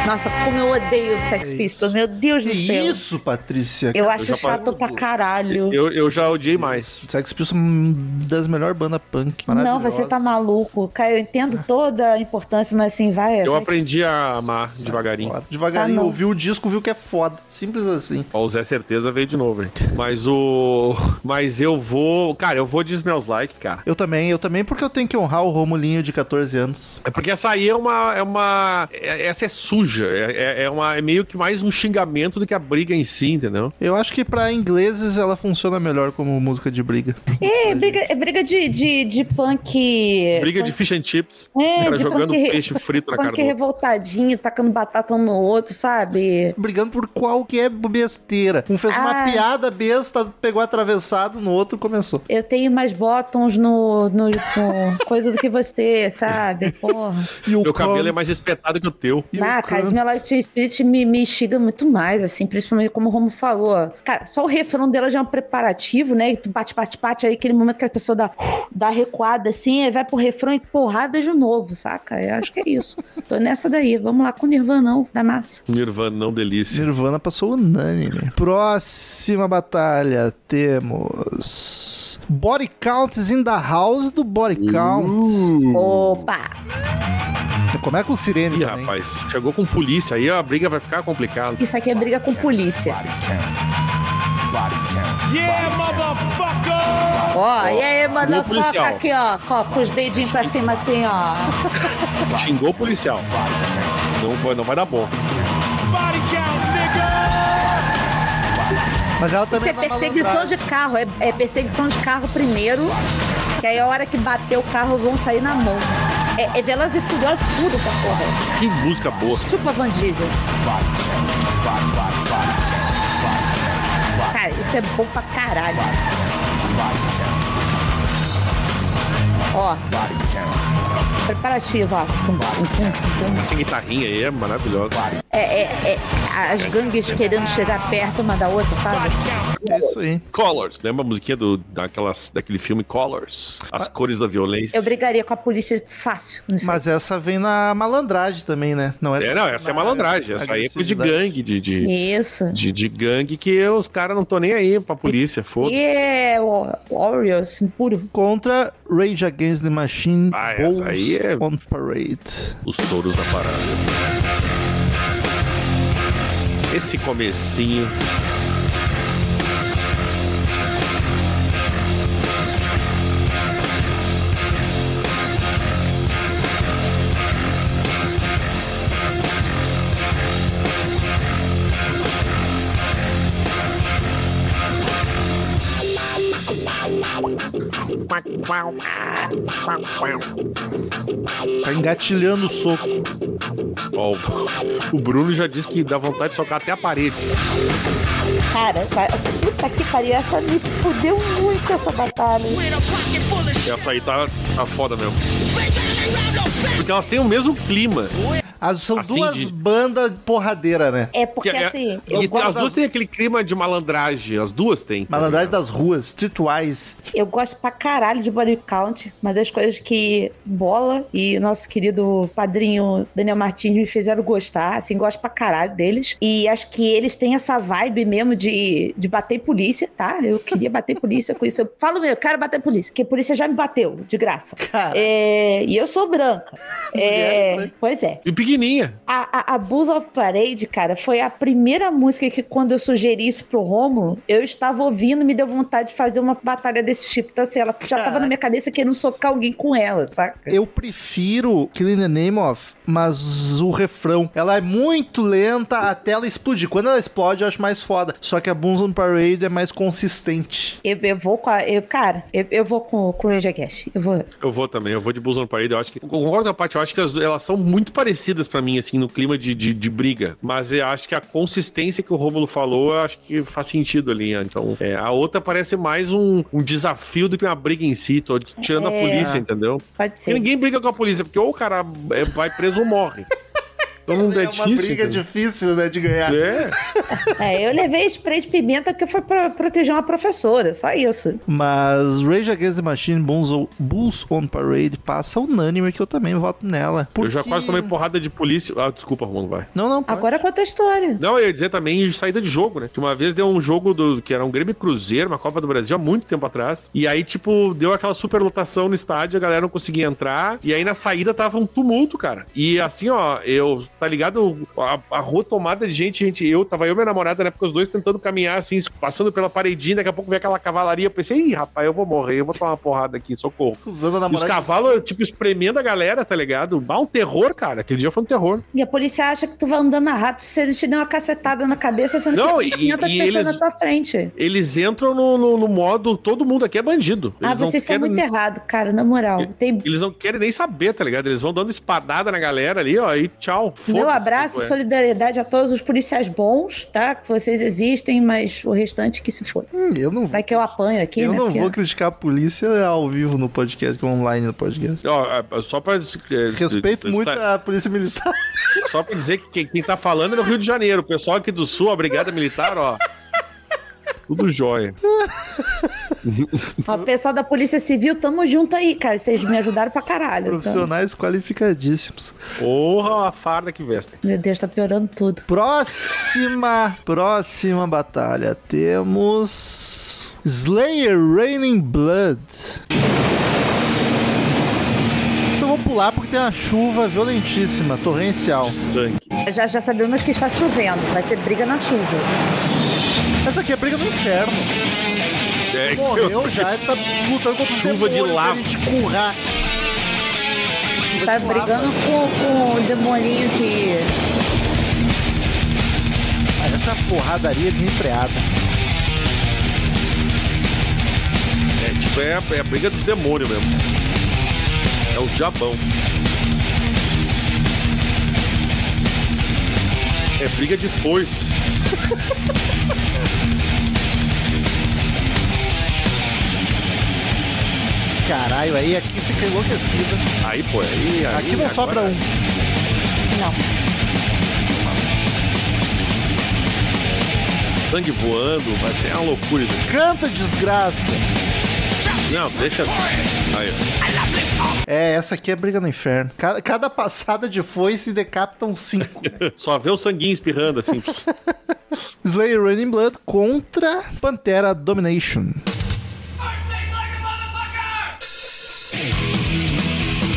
S3: Nossa, como eu odeio o
S2: É
S3: Sex
S1: Que
S3: Pistols, meu Deus
S1: Que
S3: do céu.
S1: isso, Patrícia?
S3: Eu
S2: já
S3: acho chato
S2: falei.
S3: pra caralho.
S2: Eu, eu já odiei mais.
S1: Sex Pistols é uma das melhores bandas punk.
S3: Não, você tá
S1: maravilhosas.
S3: maluco. Cara, eu entendo toda a importância, mas assim, vai.
S2: Eu
S3: vai-
S2: aprendi a amar devagarinho.
S1: Foda. Devagarinho,
S3: Tá, não.
S1: ouviu o disco, viu que é foda. Simples assim.
S2: Ó, o Zé Certeza veio de novo, hein? Mas o. Mas eu vou. Cara, eu vou de Smells Like, cara.
S1: Eu também, eu também, porque eu tenho que honrar o Romulinho de 14 anos.
S2: É porque essa aí é uma. É uma é- essa é suja. É, é- é uma, é meio que mais um xingamento do que a briga em si, entendeu?
S1: Eu acho que pra ingleses ela funciona melhor como música de briga.
S3: É, briga, é briga de, de, de punk.
S2: Briga de fish and chips.
S3: É,
S2: o cara
S3: de
S2: jogando
S3: punk-
S2: peixe frito na cara do
S3: Punk
S2: outro.
S3: revoltadinho, tacando batata um no outro, sabe?
S1: Brigando por qualquer besteira. Um fez uma
S3: Ah.
S1: piada besta, pegou atravessado no outro começou.
S3: Eu tenho mais bottoms no, no, no coisa do que você, sabe? Porra.
S1: E o
S2: Meu cabelo é
S1: Con-
S2: mais espetado que o teu.
S1: e o
S3: Ah, cara,
S1: Con-
S3: Smells Teen Spirit me, me instiga muito mais, assim, principalmente como o Romo falou. Cara, só o refrão dela já é um preparativo, né? E tu bate, bate, bate, aí aquele momento que a pessoa dá, dá recuada, assim, aí vai pro refrão e porrada de novo, saca? Eu acho que é isso. Tô nessa daí. Vamos lá com o Nirvanão, da massa.
S2: Nirvana, não delícia.
S1: Nirvana passou unânime. Próxima batalha temos. Body Counts in the House do
S2: Uh.
S1: Body Counts.
S3: Hum. Opa!
S1: Como é com o Sirene
S2: Ih,
S1: também?
S2: rapaz, chegou com polícia aí, a briga vai ficar complicada.
S3: Isso aqui é briga com polícia. Ó, e aí, manda foca
S2: policial.
S3: aqui, ó, ó, com os dedinhos pra cima, assim, ó.
S2: Xingou o policial. Não vai, não vai dar bom.
S1: Mas ela
S3: Isso
S1: também
S3: é
S1: tá
S3: perseguição
S1: malandrada.
S3: de carro, é, é perseguição de carro primeiro, que aí a hora que bater o carro vão sair na mão. É, é Velas e Furiosos tudo essa porra.
S2: Que música boa.
S3: Tipo a Van Diesel. Cara, isso é bom pra caralho. Ó. Preparativo, ó. Tum, tum, tum, tum.
S2: Essa guitarrinha aí é maravilhosa.
S3: É, é, é, as gangues querendo chegar perto uma da outra, sabe?
S1: É isso aí.
S2: Colors. Lembra a musiquinha do, daquelas, daquele filme Colors? As
S1: Ah.
S2: cores da violência.
S3: Eu brigaria com a polícia fácil. Não sei.
S1: Mas essa vem na malandragem também, né? Não é,
S2: É, não, essa é malandragem. Essa aí é coisa de gangue, de, de,
S3: Isso.
S2: de, de gangue que os caras não estão nem aí pra polícia, foda-se.
S3: E é o Orioles puro.
S1: Contra Rage Against the Machine,
S2: Ah,
S1: Bulls
S2: essa aí é-
S1: on Parade.
S2: Os touros da parada. Esse comecinho.
S1: Tá engatilhando o soco.
S2: Ó, o- o Bruno já disse que dá vontade de socar até a parede.
S3: Cara, pa- puta que pariu, essa me fudeu muito essa batalha.
S2: Essa aí tá, tá foda mesmo. Porque elas têm o mesmo clima.
S1: As, são
S2: Assim,
S1: duas
S2: de-
S1: bandas porradeira, né?
S3: É porque
S2: Que é-
S3: assim,
S2: e
S1: eu gosto
S2: as duas
S1: das-
S2: têm aquele clima de malandragem. As duas têm.
S1: Malandragem das ruas, streetwise.
S3: eu gosto pra caralho de Body Count. Uma das coisas que Bola e nosso querido padrinho Daniel Martins me fizeram gostar. Assim, gosto pra caralho deles. E acho que eles têm essa vibe mesmo de, de bater em polícia, tá? Eu queria bater em polícia com isso. Eu falo meu, eu quero bater em polícia, porque a polícia já me bateu, de graça.
S1: Cara,
S3: É, e eu sou branca. É,
S1: Mulher, né?
S3: pois é.
S2: E pequenininha.
S3: A, a, a Bulls of Parade, cara, foi a primeira música que, quando eu sugeri isso pro Romulo, eu estava ouvindo, me deu vontade de fazer uma batalha desse tipo. Então, assim, ela já tava
S2: É.
S1: Caraca.
S3: na minha cabeça querendo socar alguém com ela, saca?
S1: eu prefiro Killing the Name of, mas o refrão, ela é muito lenta até ela explodir. Quando ela explode, eu acho mais foda. Só que a Boons on Parade é mais consistente.
S3: Eu, eu vou com a. eu- cara, eu, eu vou com, com o Rage Against. Eu vou.
S2: Eu vou também, eu vou de Bulls on Parade. Eu acho que. eu Concordo com a parte, eu acho que as duas- elas são muito parecidas pra mim, assim, no clima de, de, de briga. Mas eu acho que a consistência que o Rômulo falou, eu acho que faz sentido ali. né? Então, é, a outra parece mais um, um desafio do que uma briga em si. Tô tirando a
S3: É.
S2: polícia, entendeu?
S3: Pode
S2: Porque
S3: ser.
S2: ninguém briga com a polícia, porque ou o cara é- vai preso ou morre. Então não
S1: é
S2: é,
S1: uma
S2: difícil.
S1: briga
S2: entendeu?
S1: difícil, né, de ganhar.
S2: É.
S3: É, eu levei spray de pimenta porque foi pra proteger uma professora. Só isso.
S1: Mas Rage Against the Machine, Bulls on, Bulls on Parade passa unânime que eu também voto nela.
S2: Eu já
S1: Porque-
S2: quase tomei porrada de polícia. Ah, desculpa, Romulo, vai.
S1: Não, não, pode.
S3: Agora é conta a história.
S2: Não, eu ia dizer também de saída de jogo, né? Que uma vez deu um jogo do que era um Grêmio e Cruzeiro, uma Copa do Brasil, há muito tempo atrás. E aí, tipo, deu aquela superlotação no estádio, a galera não conseguia entrar. E aí na saída tava um tumulto, cara. E assim, ó, eu, tá ligado? A, a rua tomada de gente, gente, eu, tava eu e minha namorada, né? Porque os dois tentando caminhar, assim, passando pela paredinha, daqui a pouco veio aquela cavalaria. Eu pensei, ih, rapaz, eu vou morrer, eu vou tomar uma porrada aqui, socorro.
S1: Usando a
S2: E os
S1: namorada.
S2: cavalos, tipo, espremendo a galera, tá ligado? Dá um terror, cara. Aquele dia foi um terror.
S3: E a polícia acha que tu vai andando mais rápido se eles te dão uma cacetada na cabeça, sendo
S2: Não,
S3: que
S2: e-
S3: tem 500
S2: e
S3: pessoas
S2: eles-
S3: na tua frente.
S2: Eles entram no, no- no modo todo mundo aqui é bandido. Eles
S3: Ah, vocês são
S2: querem,
S3: muito errados, cara, na moral. Tem
S2: Eles não querem nem saber, tá ligado? Eles vão dando espadada na galera ali, ó, e tchau.
S3: meu
S2: foda-se,
S3: abraço e
S2: é.
S3: solidariedade a todos os policiais bons, tá? Que vocês existem, mas o restante que se for.
S1: Hum, eu não vou.
S3: Vai que eu apanho aqui,
S1: eu
S3: né?
S1: não
S3: porque-
S1: vou criticar a polícia ao vivo no podcast, que é online no podcast.
S2: Ó, é, só pra. é,
S1: Respeito
S2: é,
S1: muito
S2: tá-
S1: a polícia militar.
S2: Só pra dizer que quem, quem tá falando é no Rio de Janeiro. O pessoal aqui do Sul, a Brigada Militar, ó. Tudo jóia.
S3: Ó, pessoal da Polícia Civil, tamo junto aí, cara. Vocês me ajudaram pra caralho. então.
S1: Profissionais qualificadíssimos.
S2: Porra, a farda que vestem.
S3: Meu Deus, tá piorando tudo.
S1: Próxima, próxima batalha. Temos Slayer Raining Blood. Só vou pular porque tem uma chuva violentíssima, torrencial.
S2: Sangue.
S3: Já, já sabemos que está chovendo. Vai ser briga na chuva.
S1: Essa aqui é briga no inferno.
S2: É, isso eu-
S1: Morreu já, ele tá lutando contra o
S2: Chuva de
S1: demônio pra
S2: lava.
S1: ele te currar. Chuva
S3: Tá
S1: de lava.
S3: brigando com, com o demoninho que.
S1: Ah, Essa porradaria desenfreada.
S2: É, tipo, é, a- é a briga dos demônios mesmo. É o diabão. É briga de foice.
S1: Caralho, aí aqui fica enlouquecida.
S2: Aí, pô, aí. aí,
S1: Aqui não
S2: agora-
S1: sobra um.
S3: Não.
S2: Sangue voando, vai ser uma loucura. isso aqui.
S1: Canta desgraça.
S2: Não, deixa. Aí, ó.
S1: É, essa aqui é briga no inferno. Cada, cada passada de foice decapitam cinco.
S2: Só vê o sanguinho espirrando assim.
S1: Slayer Running Blood contra Pantera Domination.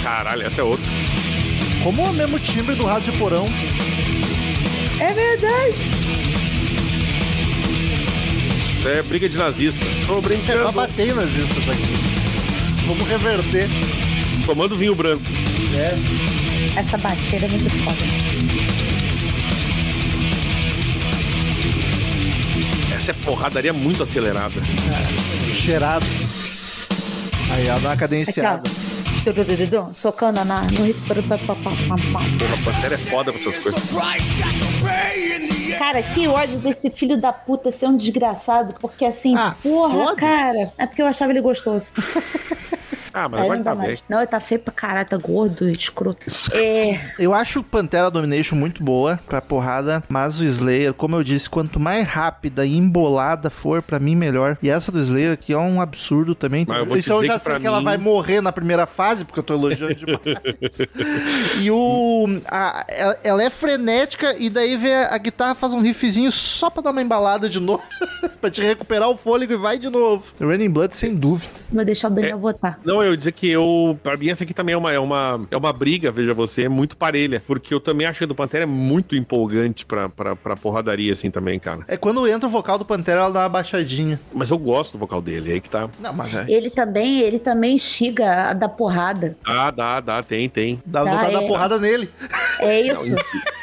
S2: Caralho, essa é outra.
S1: Como o mesmo timbre do rádio de porão.
S3: É verdade.
S2: Isso é briga de nazista. Tô
S1: É pra
S2: brincando.
S1: bater nas listas aqui. Vamos reverter.
S2: Tomando vinho branco.
S3: Essa baixeira é muito foda.
S2: Essa é porradaria muito acelerada.
S1: Cheirado. Aí, ó, dá uma
S3: Aqui, ó.
S1: cadenciada.
S3: Turururudum, Socando na, no ritmo.
S2: Porra, a Pantera é foda pra essas coisas.
S3: Cara, que ódio desse filho da puta ser um desgraçado, porque assim,
S1: Ah,
S3: porra,
S1: foda-se.
S3: cara. É porque eu achava ele gostoso.
S2: Ah, mas
S3: Aí
S2: agora
S3: não dá
S2: tá bem.
S3: mais. Não, ele tá feio pra caralho, tá gordo, escroto. É,
S1: Eu acho Pantera Domination muito boa pra porrada, mas o Slayer, como eu disse, quanto mais rápida e embolada for, pra mim melhor. E essa do Slayer aqui é um absurdo também.
S2: Mas eu vou
S1: Isso eu
S2: dizer
S1: já
S2: que
S1: sei
S2: pra
S1: que ela
S2: mim-
S1: vai morrer na primeira fase, porque eu tô elogiando demais. e o. a- ela- ela é frenética e daí vem a, a guitarra faz um riffzinho só pra dar uma embalada de novo, pra te recuperar o fôlego e vai de novo. Raining Blood, sem dúvida.
S3: vou deixar o
S2: É.
S3: Daniel votar.
S2: Não, eu ia dizer que eu. Pra mim, essa aqui também é uma, é uma, é uma briga, veja você, é muito parelha. Porque eu também acho que a do Pantera é muito empolgante pra, pra, pra porradaria, assim, também, cara.
S1: É quando entra o vocal do Pantera, ela dá uma baixadinha.
S2: Mas eu gosto do vocal dele, aí que tá.
S1: Não, mas é.
S3: Ele também, ele também xiga a da porrada.
S2: Ah, dá, dá, tem, tem.
S1: Dá
S3: Tá,
S1: vontade da
S3: é.
S1: porrada nele.
S3: É isso.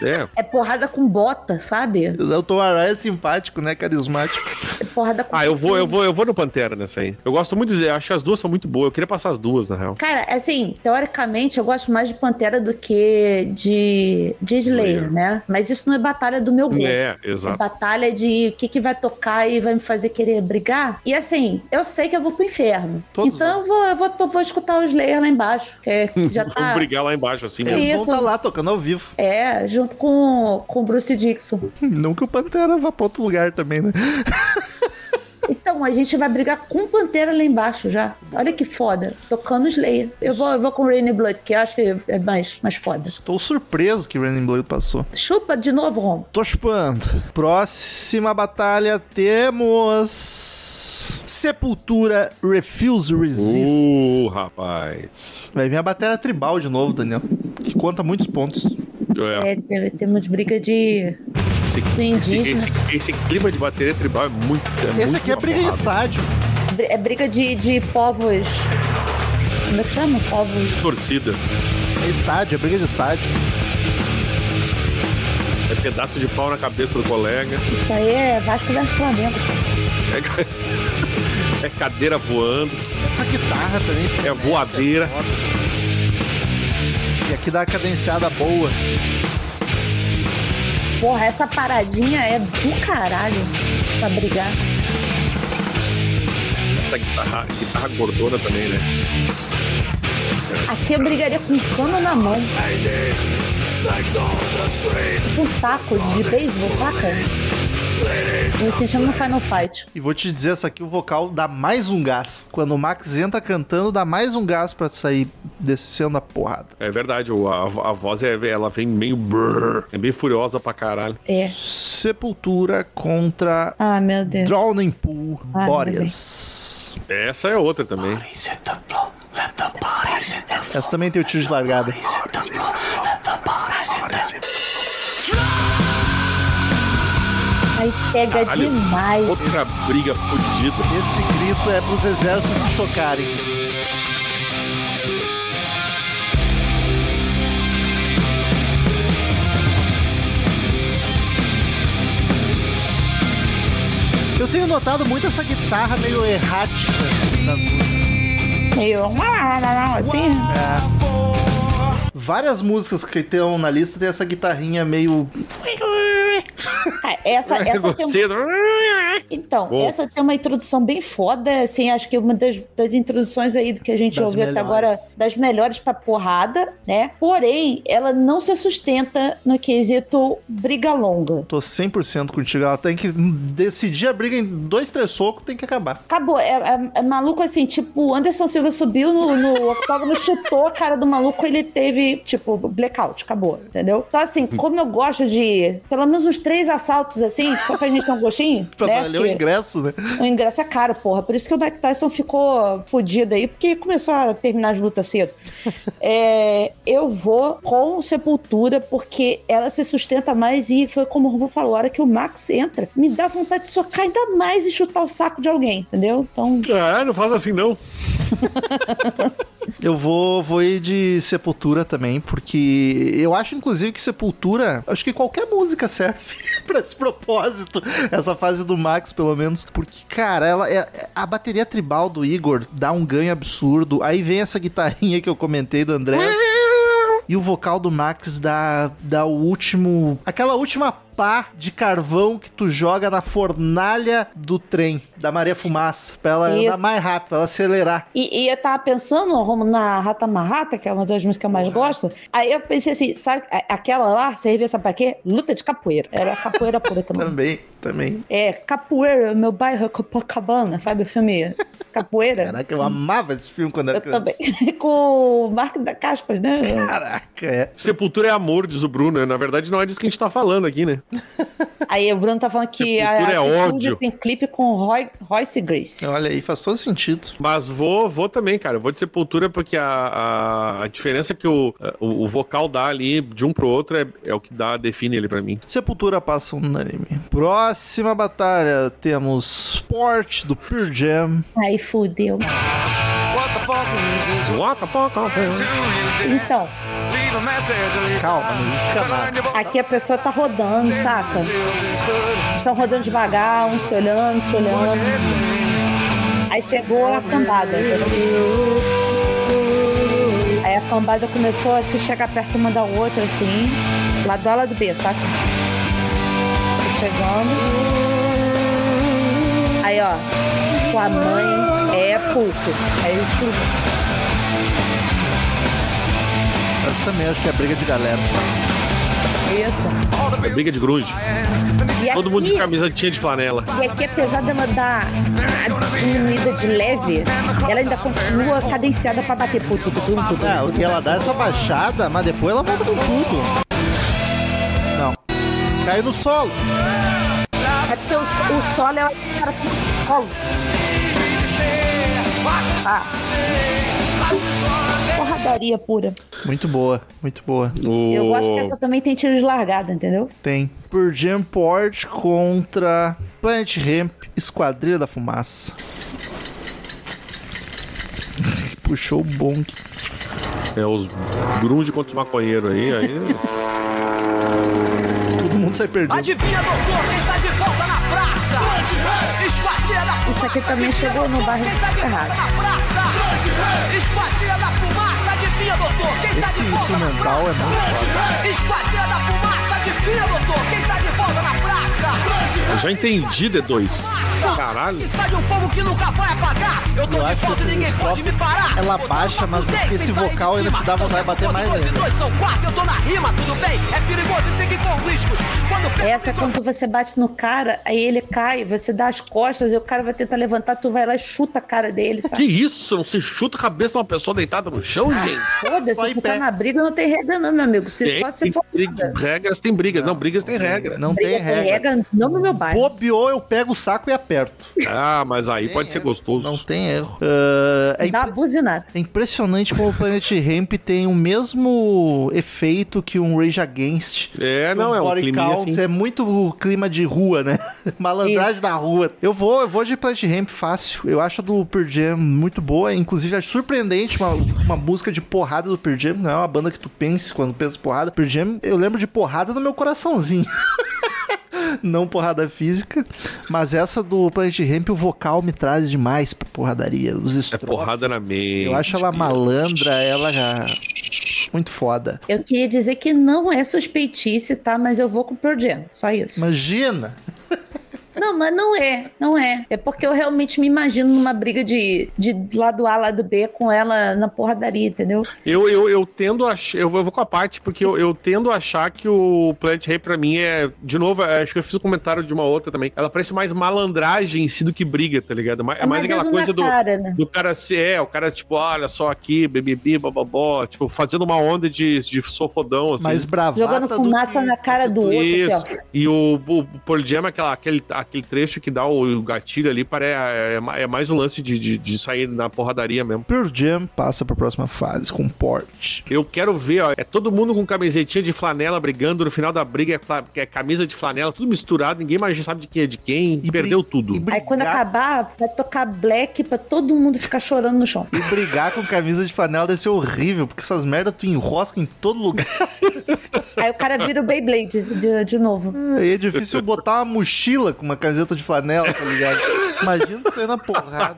S2: É.
S3: É porrada com bota, sabe?
S1: O Tom Araya é simpático, né? Carismático.
S3: É porrada com
S2: Ah, eu vou, eu vou, eu vou no Pantera nessa aí. Eu gosto muito de dizer, acho que as duas são muito boas. Eu queria passar as duas, na real.
S3: Cara, assim, teoricamente eu gosto mais de Pantera do que de, de Slayer,
S2: Slayer.
S3: né? Mas isso não é batalha do meu gosto.
S2: É,
S3: É
S2: exato.
S3: batalha de o que, que vai tocar e vai me fazer querer brigar. E assim, eu sei que eu vou pro inferno.
S1: Todos
S3: então eu vou, eu vou, tô- vou escutar o Slayer lá embaixo, que é- já
S2: Vamos
S3: tá.
S2: brigar lá embaixo, assim
S3: É
S2: mesmo.
S1: Eles
S3: isso.
S1: vão estar lá tocando ao vivo.
S3: É, junto com, com o Bruce Dixon.
S1: Não que o Pantera vá pra outro lugar também, né?
S3: Então, a gente vai brigar com Pantera lá embaixo já. Olha que foda. Tocando Slayer. Eu vou, eu vou com Rainy Blood, que eu acho que é mais, mais foda.
S1: Tô surpreso que Random Blade passou.
S3: Chupa de novo, Rom.
S1: Tô chupando. Próxima batalha temos. Sepultura Refuse Resist.
S2: Uh, rapaz.
S1: Vai vir a batalha tribal de novo, Daniel. Que conta muitos pontos.
S2: É,
S3: É, te- temos briga de.
S2: esse, esse,
S3: indígena.
S2: esse- esse clima de bateria tribal é muito. É
S1: Esse
S2: muito
S1: aqui é
S2: uma
S1: briga de
S2: porrada.
S1: estádio.
S3: br- É briga de, de povos. Como é que chama? Povos.
S2: Torcida.
S1: É estádio, é briga de estádio.
S2: É pedaço de pau na cabeça do colega.
S3: Isso aí é Vasco da Flamengo.
S2: É, ca- é cadeira voando.
S1: Essa guitarra também.
S2: É voadeira.
S1: E aqui dá uma cadenciada boa.
S3: Porra, essa paradinha é do caralho pra brigar.
S2: Essa guitarra, guitarra gordona também, né?
S3: Aqui eu brigaria com um cano na mão. Com Um saco de beisebol, saca? Isso se chama Final Fight.
S1: E vou te dizer, essa aqui o vocal dá mais um gás. Quando o Max entra cantando, dá mais um gás pra sair descendo a porrada.
S2: É verdade, o- a, a voz é, ela vem meio. brrr, é bem furiosa pra caralho.
S3: É.
S1: Sepultura contra
S3: Ah, meu Deus.
S1: Drowning Pool
S3: Ai,
S1: Boreas.
S2: Essa é outra também.
S1: Essa também tem o tiro de largada.
S3: Aí pega
S2: Caralho.
S3: demais.
S2: Outra briga fodida.
S1: Esse grito é pros exércitos se chocarem. Eu tenho notado muito essa guitarra meio errática nas músicas.
S3: Meio. Assim.
S1: Várias músicas que estão na lista tem essa guitarrinha meio.
S3: Ah, essa, essa tem um
S2: Gostei.
S3: Então,
S2: Bom.
S3: essa tem uma introdução bem foda, assim, acho que uma das, das introduções aí do que a gente
S1: Das
S3: ouviu até agora,
S1: melhores.
S3: das melhores pra porrada, né? Porém, ela não se sustenta no quesito briga longa.
S1: Tô 100% contigo. Ela tem que decidir a briga em dois, três socos, tem que acabar.
S3: Acabou, é, é- é maluco assim, tipo, o Anderson Silva subiu no, no octógono, chutou a cara do maluco, ele teve, tipo, blackout, acabou, entendeu? Então, assim, como eu gosto de pelo menos uns três assaltos, assim, só pra gente ter um gostinho,
S1: Pra
S3: né?
S1: valer o ingresso, né?
S3: O ingresso é caro, porra. Por isso que o Mike Tyson ficou fodido aí, porque começou a terminar as lutas cedo. É, eu vou com Sepultura, porque ela se sustenta mais e foi como o Rubo falou, a hora que o Max entra, me dá vontade de socar ainda mais e chutar o saco de alguém, entendeu? Então,
S2: Ah, não faz assim não.
S1: Eu vou, vou ir de Sepultura também, porque eu acho, inclusive, que Sepultura. Acho que qualquer música serve pra esse propósito. Essa fase do Max, pelo menos. Porque, cara, ela, é- é- a bateria tribal do Igor dá um ganho absurdo. Aí vem essa guitarrinha que eu comentei do Andrés. E o vocal do Max dá, dá o último. Aquela última pá de carvão que tu joga na fornalha do trem, da Maria Fumaça, pra ela
S3: Isso.
S1: andar mais rápido, pra ela acelerar.
S3: E, e eu tava pensando Romulo, na Rata Marrata, que é uma das músicas que eu mais gosto. Aí eu pensei assim, sabe, a- aquela lá servia sabe pra quê? Luta de capoeira. Era capoeira pura também.
S1: Também, também.
S3: É, capoeira, meu bairro é Copacabana, sabe o filme Capoeira?
S1: Caraca, eu amava esse filme quando era
S3: eu
S1: criança.
S3: também. Com o Marco da Caspas, né?
S1: Caraca, é.
S2: Sepultura é amor, diz o Bruno. Na verdade, não é disso que a gente tá falando aqui, né?
S3: Aí o Bruno tá falando que
S2: Sepultura é
S3: Atitude
S2: ódio.
S3: tem clipe com Roy, Royce Grace.
S1: Então, Olha aí, faz todo sentido.
S2: Mas vou, vou também, cara. Vou de Sepultura porque a, a, a diferença é que o, o, o vocal dá ali de um pro outro é, é o que dá, define ele pra mim.
S1: Sepultura passa unânime. Próxima batalha, temos Port do Pure Jam.
S3: Aí fudeu.
S5: What the fuck is this?
S2: What the fuck?
S5: Do you dare
S3: Então,
S5: leave a message at least
S1: Calma, não justifica nada.
S3: aqui a pessoa tá rodando, saca? Estão rodando devagar, um se olhando, se olhando. Aí chegou a cambada. entendeu? Aí a cambada começou a se chegar perto uma da outra, assim. Lá do A, lá do B, saca? Tá Chegando. Aí, ó. Tua mãe é puto. Aí eu escuto.
S1: Mas também acho que é briga de galera.
S3: Isso.
S2: É briga de grunge.
S3: E
S2: Todo mundo de
S3: aqui-
S2: camisa tinha de flanela.
S3: E aqui, apesar dela dar a diminuída de leve, ela ainda continua cadenciada pra bater. Pô, tudo, tudo, tudo.
S1: Ah, e ela dá essa baixada, mas depois ela volta com tudo. Não. Caiu no solo.
S3: É porque o, o solo é o cara com colo. Ah. Porradaria pura.
S1: Muito boa, muito boa.
S2: O...
S3: Eu gosto que essa também tem tiro de largada, entendeu?
S1: Tem. Pure Jam Port contra Planet Ramp, Esquadrilha da Fumaça. Puxou o bom
S2: É os grunge contra os maconheiros aí. aí...
S1: Todo mundo sai perdendo.
S5: Adivinha, doutor, quem tá de volta na praça? Esquadrilha da
S3: Isso aqui também chegou no bairro errado.
S5: na praça! Esquadrilha da fumaça, adivinha, doutor, quem tá
S1: Esse
S5: de volta na
S1: instrumental é muito.
S5: praça? Esquadrilha da fumaça, adivinha, doutor, quem tá de volta na praça?
S2: Eu já entendi, D2. Caralho.
S5: Que sai de um fogo que nunca vai apagar. Eu tô
S1: Eu
S5: de
S1: acho
S5: volta
S1: que
S5: e ninguém
S1: esse
S5: pode me
S1: Christoph,
S5: parar.
S1: ela
S5: Botei
S1: baixa,
S5: uma
S1: mas
S5: com dez,
S1: esse
S5: sem sair
S1: vocal
S5: de
S1: ainda te
S5: cima.
S1: dá vontade de bater
S5: Quando
S1: mais
S5: dois e
S1: ainda.
S5: dois são quatro, eu tô na rima, tudo bem. É perigoso e seguir com riscos. Quando pego
S3: Essa é quando você bate no cara, aí ele cai, você dá as costas e o cara vai tentar levantar, tu vai lá e chuta a cara dele,
S2: Que
S3: sabe?
S2: isso? Não se chuta a cabeça de uma pessoa deitada no chão, gente?
S1: Só
S3: Foda-se,
S1: em
S3: ficar
S1: pé.
S3: na briga não tem regra não, meu amigo. Ah, Se,
S2: Tem,
S3: só se
S2: tem
S3: for
S2: briga- regras, tem brigas. Não, brigas tem regra.
S1: Não tem
S3: briga, tem
S1: regra.
S3: regra, não no meu bairro.
S1: Bobeou, eu pego o saco e aperto.
S2: Ah, mas aí pode ser gostoso.
S1: é. Não tem erro. Ah, é,
S3: Dá
S1: impre-
S3: uma buzinada.
S1: é impressionante como o Planet Ramp tem o mesmo efeito que um Rage Against.
S2: É, não, é um
S1: body
S2: clima
S1: count,
S2: assim.
S1: É muito o clima de rua, né? Malandragem
S3: Isso.
S1: da rua. Eu vou, eu vou de Planet Ramp fácil. Eu acho a do Pearl Jam muito boa. Inclusive, acho surpreendente uma, uma música de porrada do Pearl Jam. Não é uma banda que tu pense quando pensa em porrada. Pearl Jam, eu lembro de porrada no meu coraçãozinho. Não porrada física, mas essa do Planet Ramp, o vocal me traz demais pra porradaria. Os
S2: É
S1: estrofes.
S2: porrada na mente.
S1: eu acho ela
S2: bicho.
S1: malandra, ela já- muito foda.
S3: Eu queria dizer que não é suspeitice, tá? Mas eu vou com o Pearl Jam, só isso.
S1: Imagina!
S3: Não, mas não é, não é. É porque eu realmente me imagino numa briga de, de lado A, lado B com ela na porradaria, entendeu?
S2: Eu, eu, eu tendo a. ach- Eu vou eu vou com a parte, porque eu, eu tendo a achar que o Planet Rei, pra mim, é. De novo, é, acho que eu fiz um comentário de uma outra também. Ela parece mais malandragem em si do que briga, tá ligado? Ma- É mais
S3: dedo
S2: aquela
S3: na
S2: coisa do.
S3: Cara, né?
S2: Do cara se é, o cara, tipo, olha só aqui, bebibi, bababó, tipo, fazendo uma onda de, de sofodão, assim.
S1: Mais bravata
S3: Jogando
S1: do
S3: fumaça
S1: que
S3: na cara do outro,
S2: Isso.
S3: assim, ó.
S2: E o, o, o Pearl Jam é aquela, aquele, aquele aquele trecho que dá o, o gatilho ali pare, é, ma- é mais o lance de, de, de sair na porradaria mesmo.
S1: Pearl Jam passa pra próxima fase com Port.
S2: Eu quero ver, ó, é todo mundo com camisetinha de flanela brigando, no final da briga é, cla- é camisa de flanela, tudo misturado, ninguém mais sabe de quem é de quem,
S1: E
S2: perdeu
S1: bri-
S2: tudo.
S1: e
S3: Aí quando
S1: brigar-
S3: acabar, vai tocar black pra todo mundo ficar chorando no chão.
S1: E brigar com camisa de flanela deve ser horrível, porque essas merdas tu enrosca em todo lugar.
S3: Aí o cara vira o Beyblade de, de novo.
S1: E é difícil botar uma mochila com uma camiseta de flanela, tá ligado? Imagina isso aí na porrada.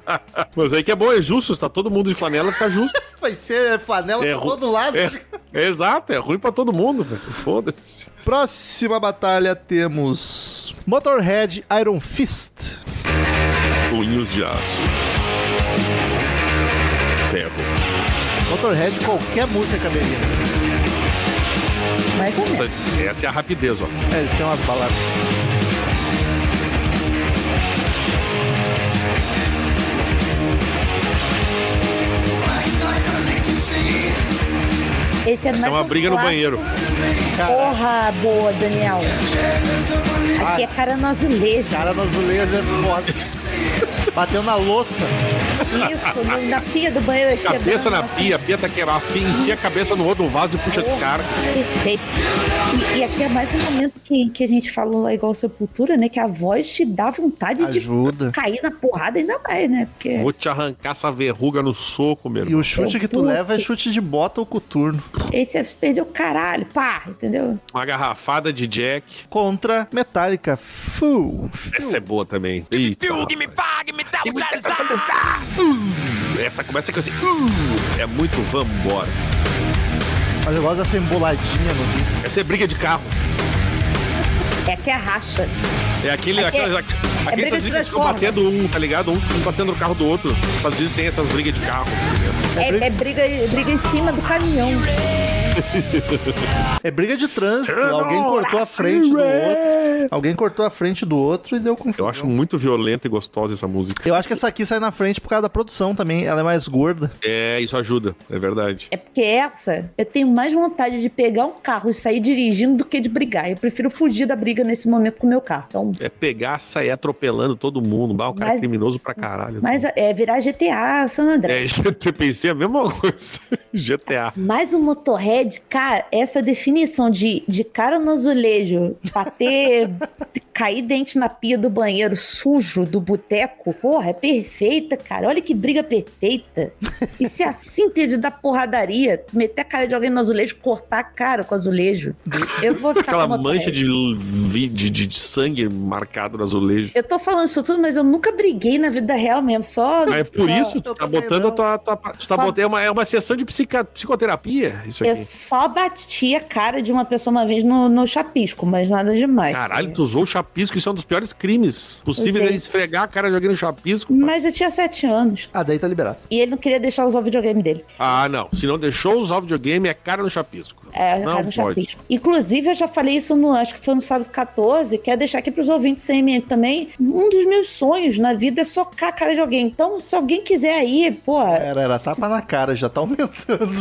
S2: Mas aí que é bom, é justo, tá todo mundo de flanela, fica justo.
S1: Vai ser flanela
S2: É
S1: pra
S2: ru-
S1: Tá todo lado.
S2: É, é exato, é ruim pra todo mundo, velho. Foda-se.
S1: Próxima batalha temos Motorhead Iron Fist.
S2: Punhos de aço. Ferro.
S1: Motorhead, qualquer música caberia.
S3: Mais ou menos.
S2: Essa, essa é a rapidez, ó.
S1: É, eles têm umas baladas.
S3: Esse é
S2: Essa é
S3: mais
S2: uma
S3: um
S2: briga no
S3: clássico.
S2: banheiro.
S1: Cara,
S3: Porra, boa, Daniel. Aqui é
S2: Ah.
S3: cara no azulejo.
S1: cara no azulejo é foda. Bateu na louça.
S3: Isso, no- na pia do banheiro. aqui,
S2: Cabeça
S3: quebrando
S2: na
S3: uma-
S2: pia, a pia tá quebrada, enfia- enfia a cabeça no outro vaso e puxa descarga.
S3: Perfeito. E, e aqui é mais um momento que, que a gente falou lá igual Sepultura, né? Que a voz te dá vontade
S1: Ajuda.
S3: de cair na porrada ainda mais, né? Porque
S2: Vou te arrancar essa verruga no soco, meu
S1: E
S2: irmão.
S1: o chute que tu leva é chute de bota ou coturno.
S3: esse é perdeu o caralho, pá, entendeu?
S2: Uma garrafada de Jack.
S1: Contra Metallica. Full.
S2: Essa é boa também. Eita.
S5: me five, me dá
S2: Essa começa com esse. "Uh", É muito vambora.
S1: Mas eu gosto dessa emboladinha no ritmo.
S2: Essa é briga de carro.
S3: É que é racha.
S2: É aquele.
S3: É que-
S2: aquelas- aqu- aqueles
S3: briga
S2: Estados
S3: de
S2: Unidos que ficam
S3: transforma.
S2: batendo um, tá ligado? Um, um batendo no carro do outro. Os Estados Unidos tem essas brigas de carro.
S3: É, é briga, briga em cima do caminhão.
S1: É briga de trânsito. Alguém cortou a frente do outro. Alguém cortou a frente do outro e deu confusão.
S2: Eu acho muito violenta e gostosa essa música.
S1: Eu acho que essa aqui sai na frente por causa da produção também. Ela é mais gorda.
S2: É, isso ajuda, é verdade.
S3: É porque essa, eu tenho mais vontade de pegar um carro e sair dirigindo do que de brigar. Eu prefiro fugir da briga nesse momento com o meu carro. Então,
S2: É pegar, sair atropelando todo mundo. Bah, o cara é
S3: Mas-
S2: criminoso pra caralho.
S3: mas é virar GTA, San
S2: É,
S3: André.
S2: GTA, pensei a mesma coisa. GTA.
S3: Mas o motorhead, cara, essa definição de, de cara no azulejo, bater, cair dente na pia do banheiro sujo do boteco, porra, é perfeita, cara. Olha que briga perfeita. Isso é a síntese da porradaria. Meter a cara de alguém no azulejo, cortar a cara com o azulejo. Eu vou ficar
S2: Aquela
S3: com o
S2: mancha
S3: Motorhead.
S2: de, vi- de, de- de sangue marcado no azulejo.
S3: Eu tô falando isso tudo, mas eu nunca briguei na vida real mesmo, só...
S2: Ah, é por
S3: só-
S2: isso, tu
S1: eu
S2: tá
S1: também
S2: botando
S1: não.
S2: a tua. tua tu tá
S3: Só-
S2: botando, é, uma, é uma sessão de psica- psicoterapia, isso
S3: Eu
S2: aqui.
S3: só bati a cara de uma pessoa uma vez no, no chapisco, mas nada demais.
S2: Caralho, tu usou o chapisco, isso é um dos piores crimes possíveis,
S3: Usei.
S2: é esfregar a cara de alguém no chapisco.
S3: Mas eu tinha sete anos.
S1: Ah, daí tá liberado.
S3: E ele não queria deixar usar o videogame dele.
S2: Ah, não, se não deixou usar o videogame, é cara no chapisco.
S3: É,
S2: não
S3: cara,
S2: pode.
S3: no chapisco. Inclusive, eu já falei isso no, acho que foi no sábado 14. Quero deixar aqui pros ouvintes sem mim também. Um dos meus sonhos na vida é socar a cara de alguém. Então, se alguém quiser aí, pô.
S1: Era, era tapa na cara, já tá aumentando.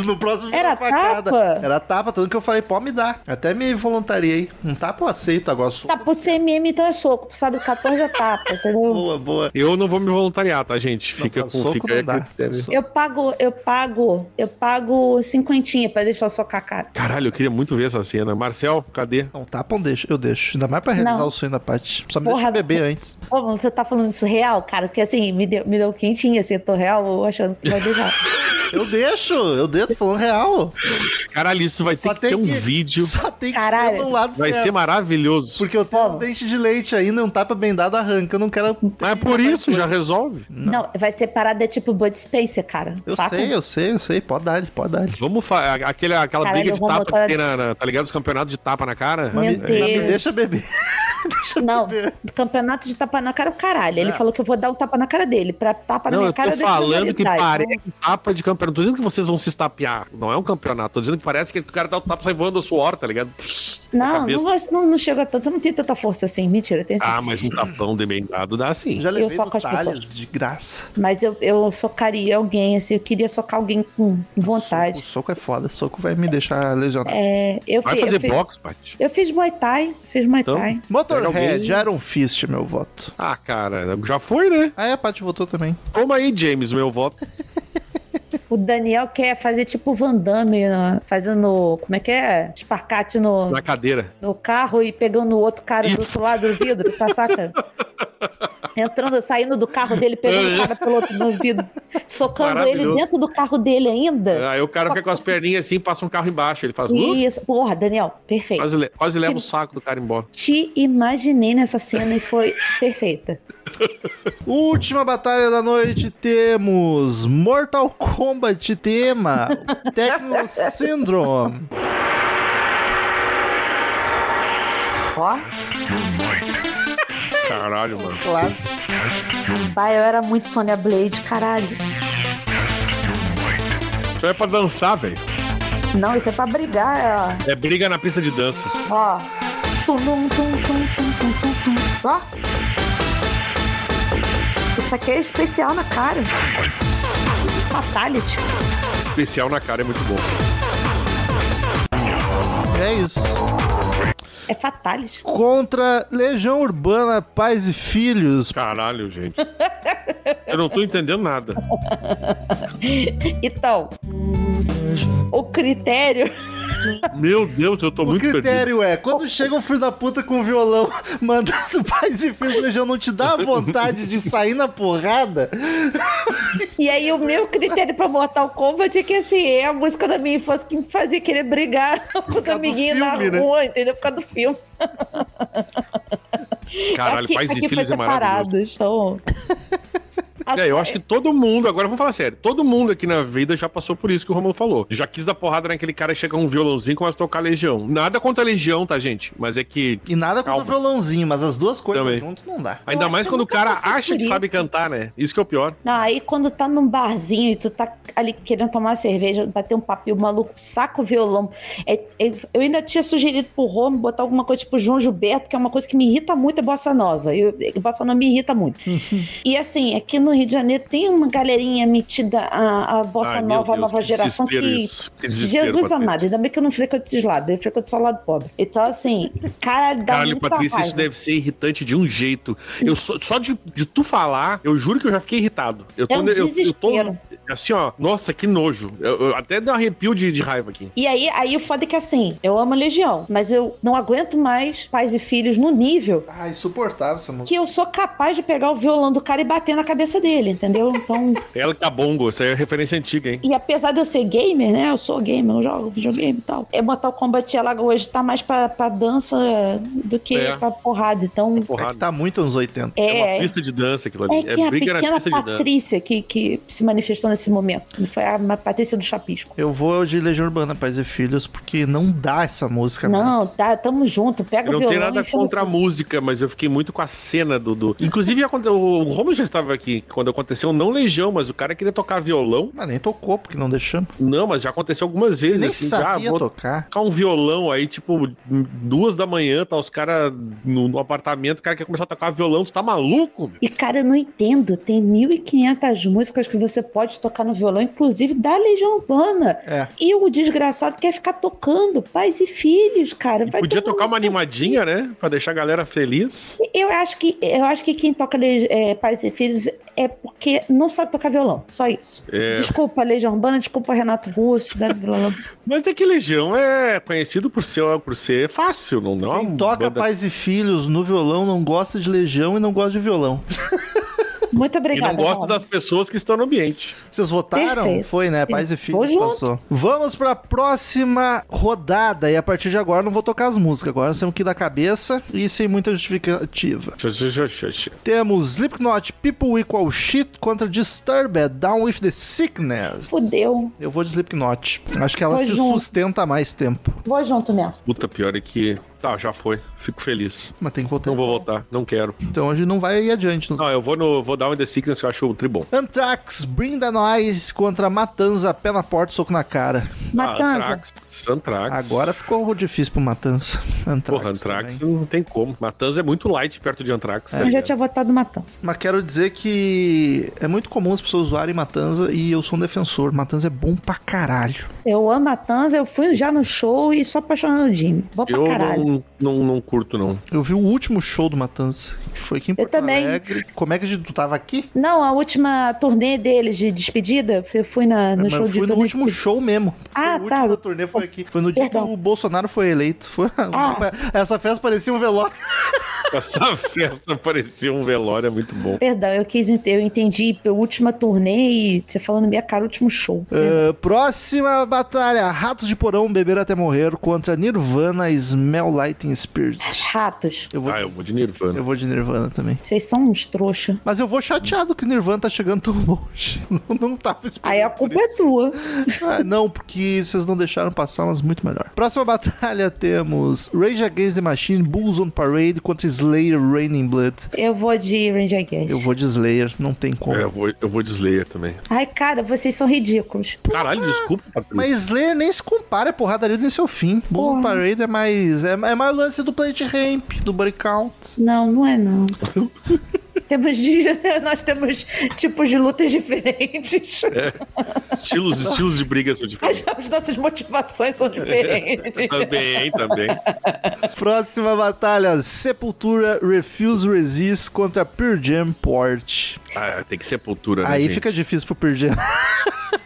S1: No próximo
S3: Era
S1: uma
S3: tapa?
S1: Era tapa, tanto que eu falei, pode me dar. Até me voluntariei. Um tapa eu aceito agora. Sou...
S3: Tá, pro CMM então é soco. Pro sábado 14 é tapa, entendeu?
S1: Boa, boa.
S2: Eu não vou me voluntariar, tá, gente?
S1: Não,
S2: Fica
S1: pra
S2: com.
S1: soco
S2: Fica
S1: não
S2: aí a
S1: dá.
S2: critério.
S1: Soco.
S3: Eu pago, eu pago, eu pago cinquentinha pra deixar eu socar a cara.
S2: Caralho, eu queria muito ver essa cena. Marcel, cadê?
S1: Não, tapa não deixo, eu deixo. Ainda mais pra realizar
S3: Não.
S1: o sonho da Paty. Só me
S3: Porra,
S1: deixa beber antes.
S3: Pô, você tá falando isso real, cara? Porque assim, me deu, me deu quentinha, assim, eu tô real, eu achando que vai deixar.
S1: Eu deixo, eu deixo, tô falando real.
S2: Caralho, isso vai ter
S1: Só
S2: que
S1: tem
S2: ter um
S1: que-
S2: vídeo.
S1: Só tem que
S3: Caralho.
S1: ser no lado
S2: Vai
S1: certo.
S2: ser maravilhoso.
S1: Porque eu tenho um dente de leite ainda, um tapa bem dado arranca. Eu não quero.
S2: Mas é por isso, já resolve.
S3: Não, vai ser parada tipo Bud Spencer, cara.
S1: Eu
S3: saca?
S1: sei, eu sei, eu sei. Pode dar, pode dar.
S2: Vamos fa- aquele, aquela
S3: Caralho,
S2: briga
S3: eu
S2: de
S3: vou
S2: tapa
S3: botar-
S2: que tem na, na- Tá ligado? Os campeonatos de tapa na cara.
S1: Mas me,
S3: Meu
S1: mas me
S3: Deus.
S1: deixa beber. deixa
S3: Não,
S1: beber.
S3: campeonato de tapa na cara é o caralho. Ele falou que eu vou dar um tapa na cara dele. Pra tapa na
S2: Não,
S3: minha
S2: eu
S3: cara
S2: tô
S3: deixa eu então.
S2: falando que
S3: validar.
S2: parece tapa de campeonato. Não tô dizendo que vocês vão se estapear. Não é um campeonato. Tô dizendo que parece que o cara dá o tapa sai voando a suor, tá ligado? Pss, na
S3: Não, não,
S2: cabeça.
S3: gosto- não, não chega tanto, eu não tenho tanta força assim. Mentira, eu tenho
S2: Ah, mas um tapão demendado dá sim.
S1: Já levei
S3: soco
S1: no
S3: as pessoas.
S1: Thales de graça.
S3: Mas eu, eu socaria alguém, assim, eu queria socar alguém com
S1: O
S3: vontade.
S1: soco é foda. Soco vai me deixar lesionado.
S3: É, eu
S2: Vai
S3: fi- eu
S2: fazer
S3: fi-
S2: box, Paty.
S3: Eu fiz Muay Thai, fiz Muay
S2: Então?
S3: Thai.
S1: Motorhead,
S2: Pega
S1: Iron Fist, meu voto.
S2: Ah, cara, já foi, né?
S1: Ah, é, a Paty votou também.
S2: Toma aí, James, meu voto.
S3: O Daniel quer fazer tipo Van Damme, né? fazendo, como é que é? Esparcate no,
S2: Na cadeira.
S3: no carro e pegando o outro cara do
S2: Isso.
S3: outro lado do vidro, tá saca? Entrando, saindo do carro dele, pegando o cara pelo outro no vidro, socando ele
S2: É. Maravilhoso. É,
S3: dentro do carro dele ainda.
S2: Aí o cara fica com as perninhas assim, passa um carro embaixo. Ele faz. "Uh",
S3: Isso, porra, Daniel, perfeito.
S2: Quase, le- quase leva o saco do cara embora.
S3: Te imaginei nessa cena e foi perfeita.
S1: Última batalha da noite temos Mortal Kombat tema Techno Syndrome.
S3: Ó,
S2: Caralho, mano.
S1: Clássico.
S3: pai, eu era muito Sonya Blade, caralho.
S2: Isso é pra dançar, velho.
S3: Não, isso é pra brigar,
S2: É briga na pista de dança.
S3: ó. ó. Tum, tum, tum, tum, tum, tum, tum, tum. Ó. Isso aqui é especial na cara. Fatality.
S2: Especial na cara é muito bom.
S1: É isso.
S3: É fatality.
S1: Contra Legião Urbana, Pais e Filhos.
S2: Caralho, gente. Eu não tô entendendo nada.
S3: Então, o critério
S2: Meu Deus, eu tô
S1: O
S2: muito perdido.
S1: critério é, quando chega um filho da puta com um violão mandando pais e filhos Legião, não te dá vontade de sair na porrada?
S3: E aí, o meu critério pra Mortal Kombat é que, assim, é a música da minha infância que me fazia querer brigar com os
S1: do
S3: amiguinhos na
S1: filme, né?
S3: rua, entendeu? Por causa do filme.
S2: Caralho,
S3: aqui,
S2: pais
S3: aqui
S2: e filhos é
S3: foi
S2: maravilhoso.
S3: separado, então...
S2: É, eu acho que todo mundo, agora vamos falar sério, todo mundo aqui na vida já passou por isso que o Romulo falou. Já quis dar porrada naquele cara, chega um violãozinho e começa a tocar Legião. Nada contra a Legião, tá, gente? Mas é que.
S1: E nada contra o
S2: Calma.
S1: violãozinho, mas as duas coisas
S2: Também.
S1: juntas não dá.
S2: Ainda
S3: acho
S2: mais
S3: que eu
S2: quando o
S3: nunca
S2: cara
S3: passei
S2: acha
S3: por
S2: que sabe
S3: isso.
S2: cantar, né? Isso que é o pior.
S3: Não, aí quando tá num barzinho e tu tá ali querendo tomar uma cerveja, bater um papo e o maluco saca o violão. É- é- eu ainda tinha sugerido pro Romo botar alguma coisa tipo João Gilberto, que é uma coisa que me irrita muito, é bossa nova. Eu, bossa nova me irrita muito. e assim, aqui no Rio de Janeiro tem uma galerinha metida a, a bossa
S2: Ai, meu
S3: nova, a
S2: Deus,
S3: nova
S2: que
S3: geração que.
S2: desespero isso. Que desespero,
S3: Jesus
S2: Patrícia.
S3: amado, ainda bem que eu não frequento esses lados, eu frequento só o lado pobre. Então, assim, cara, dá
S2: Caralho,
S3: muita
S2: Patrícia, isso
S3: raiva.
S2: deve ser irritante de um jeito. Eu só só de, de tu falar, eu juro que eu já fiquei irritado. Eu tô,
S3: É um
S2: eu, eu tô
S3: desespero.
S2: assim, ó. Nossa, que nojo. Eu, eu até deu um arrepio de, de raiva aqui.
S3: E aí, aí o foda é que assim, eu amo a Legião, mas eu não aguento mais pais e filhos no nível
S1: Ah, insuportável essa música.
S3: que eu sou capaz de pegar o violão do cara e bater na cabeça dele, entendeu? Então,
S2: Ela que tá bongo, essa é referência antiga, hein?
S3: e apesar de eu ser gamer, né? Eu sou gamer, eu jogo videogame e tal. É Mortal Kombat ela hoje tá mais pra, pra dança do que
S2: É.
S3: pra porrada. Então,
S1: É que
S2: Porrada.
S1: tá muito anos 80.
S2: É uma
S3: é. É,
S2: pista de dança aquilo ali.
S3: que
S2: É,
S3: a
S2: briga na
S3: pequena
S2: pista de dança.
S3: Patrícia que, que se manifestou nesse momento. Foi a Ma- Patrícia do Chapisco.
S1: Eu vou de Legião Urbana, Pais e Filhos, porque não dá essa música
S3: Não,
S1: mais.
S3: tá, tamo junto. Pega
S2: Eu
S3: o
S2: não
S3: violão.
S2: tenho nada
S3: e enfia no
S2: contra a música, mas eu fiquei muito com a cena do. do- Inclusive, aconte- o Romulo já estava aqui quando aconteceu, não Legião, mas o cara queria tocar violão.
S1: Mas nem tocou, porque não deixamos.
S2: Não, mas já aconteceu algumas vezes.
S1: Nem
S2: assim, já,
S1: sabia
S2: vou
S1: tocar.
S2: tocar um violão aí, tipo, duas da manhã, tá os caras no, no apartamento, o cara quer começar a tocar violão, tu tá maluco? meu?
S3: E, cara, eu não entendo. Tem 1.500 músicas que você pode tocar no violão, inclusive da Legião Urbana.
S1: É.
S3: E o desgraçado quer ficar tocando pais e filhos, cara.
S2: E
S3: Vai
S2: podia
S3: tomar
S2: tocar
S3: no
S2: uma
S3: seu-
S2: animadinha, né? Pra deixar a galera feliz.
S3: Eu acho que, eu acho que quem toca Le- é, pais e filhos é porque não sabe tocar violão. Só isso.
S2: É.
S3: Desculpa, Legião Urbana, desculpa, Renato Russo. né, violão.
S2: Mas é que Legião é conhecido por ser, por ser fácil, não, não é
S1: Quem
S2: uma
S1: toca
S2: banda-
S1: Pais e Filhos no violão não gosta de Legião e não gosta de violão.
S3: Muito
S2: E não
S3: obrigada.
S2: gosta
S3: Rob.
S2: das pessoas que estão no ambiente.
S1: Vocês votaram?
S3: Perfeito.
S1: Foi, né? Pais e
S3: Tô
S1: Filhos
S3: junto.
S1: passou. Vamos pra próxima rodada. E a partir de agora eu não vou tocar as músicas. Agora nós temos que ir da cabeça e sem muita justificativa. Temos Slipknot, People Equal Shit contra Disturbed, Down With The Sickness.
S3: Fudeu.
S1: Eu vou de Slipknot. Acho que ela
S3: Vou
S1: se
S3: junto.
S1: sustenta há mais tempo.
S2: Ah,
S3: Vou junto, né?
S2: Puta, pior é que. Tá, já foi. Fico feliz.
S1: Mas tem que voltar.
S2: Não Então vou votar, não quero.
S1: Então a gente não vai ir adiante.
S2: Não, eu vou no. Vou dar um The Sickness que eu acho o tri bom.
S1: Anthrax, Brinda Nós contra Matanza, pé na porta, soco na cara.
S3: Matanza.
S2: Antrax. Antrax.
S1: Agora ficou difícil pro Matanza. Anthrax
S2: Porra, Antrax
S1: também.
S2: não tem como. Matanza é muito light perto de Antrax. tá
S3: É, Eu já
S2: ligado?
S3: tinha votado Matanza.
S1: Mas quero dizer que é muito comum as pessoas usarem Matanza e eu sou um defensor. Matanza é bom pra caralho.
S3: Eu amo Matanza, eu fui já no show e sou apaixonado no Jimmy. Bom pra
S2: Eu
S3: caralho.
S2: não, não, não curto, não.
S1: Eu vi o último show do Matanza, que foi aqui em Porto
S3: também.
S1: Alegre. Como é que a gente- tu tava aqui?
S3: Não, a última turnê deles de despedida, eu fui na, no
S1: É, Mas
S3: show de
S1: fui no
S3: turnê
S1: último
S3: de-
S1: show mesmo.
S3: Ah,
S1: foi o
S3: tá.
S1: último da turnê foi aqui. Foi no dia que
S3: Perdão.
S1: o Bolsonaro foi eleito. Foi...
S3: Ah.
S1: Essa festa parecia um velório.
S2: Essa festa parecia um velório, é muito bom.
S3: Perdão, eu quis ent- eu entendi pela última turnê e você falando minha cara, último show.
S1: Uh, próxima batalha: Ratos de Porão, Beber Até Morrer contra Nirvana, Smell Lighting Spirit.
S3: Ratos.
S1: Eu vou,
S2: Ah, eu vou de Nirvana.
S1: eu vou de Nirvana também.
S3: Vocês são uns trouxa.
S1: Mas eu vou chateado que o Nirvana tá chegando tão longe. Não, não tava esperando.
S3: Aí a culpa é tua.
S1: tua. não, porque vocês não deixaram passar, mas muito melhor. Próxima batalha temos Rage Against the Machine, Bulls on Parade contra Slayer, Raining Blood.
S3: Eu vou de Ranger Gas.
S1: Eu vou de Slayer, não tem como.
S2: É, eu vou, eu vou de Slayer também.
S3: Ai, cara, vocês são ridículos.
S2: Caralho, desculpa, Patrícia.
S1: Mas Slayer nem se compara, a porradaria do seu fim. Bulls on
S3: Porra.
S1: Parade é mais. É, é mais lance do Planet Ramp, do Body Count.
S3: Não, não é não. temos de, nós temos tipos de lutas diferentes.
S1: É.
S2: Estilos, estilos de briga são diferentes.
S3: As nossas motivações são
S1: É.
S3: diferentes.
S2: Também, também.
S1: Próxima batalha: Sepultura, Refuse Resist contra Pearl Jam Port.
S2: Ah, tem que sepultura, né,
S1: Aí
S2: gente?
S1: fica difícil pro Pearl Jam.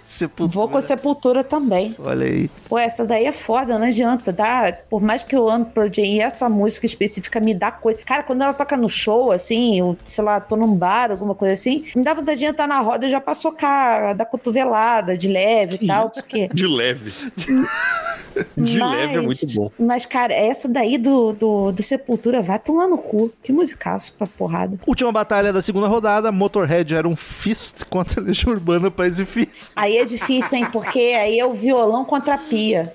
S1: Sepultura.
S3: Vou com a Sepultura também.
S1: Olha aí.
S3: Pô, essa daí é foda, não adianta. Dá, por mais que eu ame Pearl Jam e essa música específica me dá coisa. Cara, quando ela toca no show, assim, eu, sei lá, tô num bar, alguma coisa assim, me dá vontade de entrar na roda e já pra socar, dar cotovelada de leve e tal, porque.
S2: De leve. De
S3: Mas-
S2: leve é muito bom.
S3: Mas, cara, essa daí do, do, do Sepultura vai tomar no cu. Que musicaço pra porrada.
S1: Última batalha da segunda rodada: Motorhead era um fist contra a Legião Urbana, Paz e Fist.
S3: Aí é difícil, hein? Porque aí é o violão contra a pia.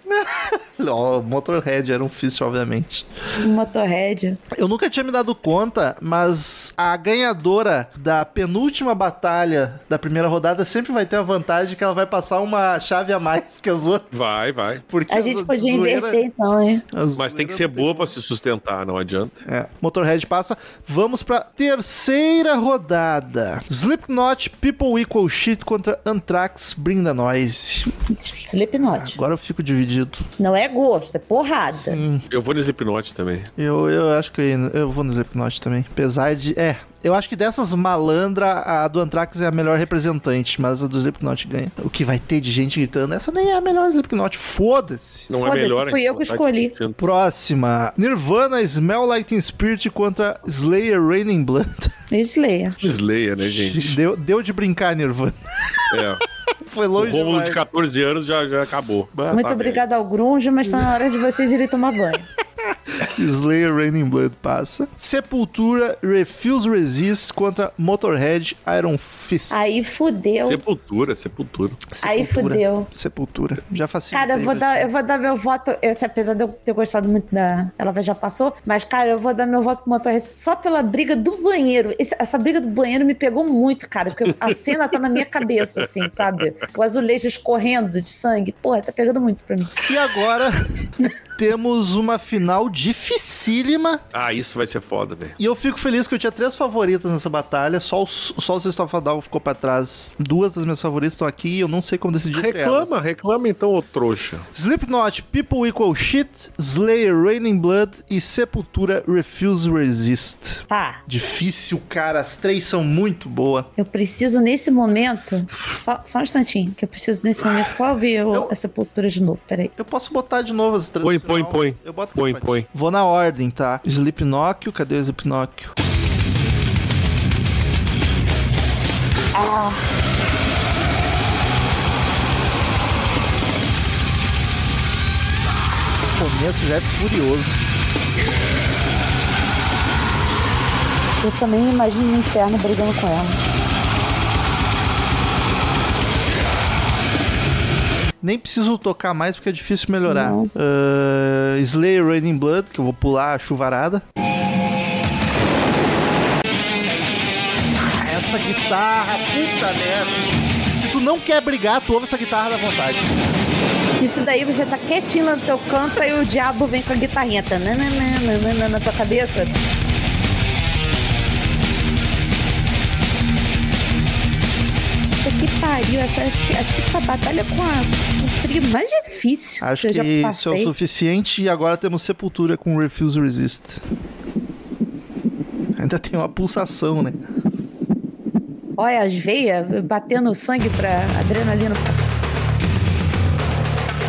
S1: Ó, Motorhead era um fist, obviamente.
S3: O Motorhead.
S1: Eu nunca tinha me dado conta, mas a ganhadora da penúltima batalha da primeira rodada sempre vai ter a vantagem que ela vai passar uma chave a mais que as outras.
S2: Vai, vai.
S1: Porque
S3: A
S1: as
S3: gente
S1: outras
S3: podia
S1: zoeira-
S3: inverter, então, hein?
S1: as
S2: Mas tem que ser
S1: zoeira-
S2: boa pra se sustentar, não adianta.
S1: É, Motorhead passa. Vamos pra terceira rodada: Slipknot, People Equal Shit contra Anthrax, Bring the Noise.
S3: Slipknot.
S1: Agora eu fico dividido.
S3: Não é gosto, é porrada.
S2: Eu vou no Slipknot também.
S1: Eu, eu acho que eu, ia- eu vou no Slipknot também. Apesar de. É. Eu acho que dessas malandra, a do Anthrax é a melhor representante, mas a do Slipknot ganha. O que vai ter de gente gritando, essa nem é a melhor Slipknot, foda-se.
S2: Não é
S3: Foda-se,
S2: melhor.
S3: fui
S2: hein?
S3: eu que
S2: Tá
S3: escolhi.
S2: discutindo.
S1: Próxima, Nirvana, Smell Lightning Spirit contra Slayer, Raining Blood.
S3: Slayer.
S2: Slayer, né, gente?
S1: Deu, deu de brincar, Nirvana.
S2: É.
S1: Foi
S2: O
S1: longe
S2: Rômulo
S1: demais.
S2: de 14 anos já, já acabou.
S1: Bah,
S2: Tá
S3: Muito
S2: bem.
S3: obrigada ao Grunge, mas tá na hora de vocês irem tomar banho.
S1: Slayer, Raining Blood passa. Sepultura, Refuse Resist contra Motorhead, Iron Fist.
S3: Aí fudeu.
S2: Sepultura, sepultura.
S3: Aí
S1: Sepultura.
S3: fudeu.
S1: Sepultura. Já facilitei.
S3: Cara, eu vou,
S1: mas-
S3: dar, eu vou dar meu voto. Esse, apesar de eu ter gostado muito da. Ela já passou. Mas, cara, eu vou dar meu voto pro Motorhead só pela briga do banheiro. Esse- essa briga do banheiro me pegou muito, cara. Porque a cena tá na minha cabeça, assim, sabe? O azulejo escorrendo de sangue. Porra, tá pegando muito pra mim.
S1: E agora temos uma final dificílima.
S2: Ah, isso vai ser foda, velho.
S1: E eu fico feliz que eu tinha três favoritas nessa batalha. Só o, só o Sistema Fadal ficou pra trás. Duas das minhas favoritas estão aqui e eu não sei como decidir. entre
S2: É,
S1: elas.
S2: Reclama, reclama então, ô trouxa.
S1: Slipknot, People Equal Shit, Slayer, Raining Blood e Sepultura, Refuse Resist.
S3: Tá.
S1: Difícil, cara. As três são muito boas.
S3: Eu preciso nesse momento. Só, só um instantinho, que eu preciso nesse momento só ouvir o-
S1: Eu-
S3: a sepultura de novo. Peraí.
S1: Eu posso botar de novo as três.
S2: Põe,
S1: no final.
S2: põe, põe.
S1: Eu boto
S2: Põe,
S1: aqui,
S2: põe.
S1: Vou na ordem, tá? Slipknot, cadê o Slipknot? Esse começo já é furioso.
S3: Eu também me imagino no inferno brigando com ela.
S1: Nem preciso tocar mais porque é difícil melhorar.
S3: Não.
S1: Ah, Slayer Raining Blood, que eu vou pular a chuvarada. Ah, Essa guitarra, puta merda. Se tu não quer brigar, tu ouve essa guitarra da vontade.
S3: Isso daí você tá quietinho lá no teu canto, aí o diabo vem com a guitarrinha tá, né, tananana, na tua cabeça. Puta Que pariu, essa, acho, que, acho que essa batalha é com a com o trio mais difícil
S1: Acho
S3: eu
S1: que
S3: já
S1: isso é o
S3: passei.
S1: suficiente e agora temos Sepultura com Refuse Resist. Ainda tem uma pulsação, né?
S3: Olha as veias batendo sangue pra adrenalina.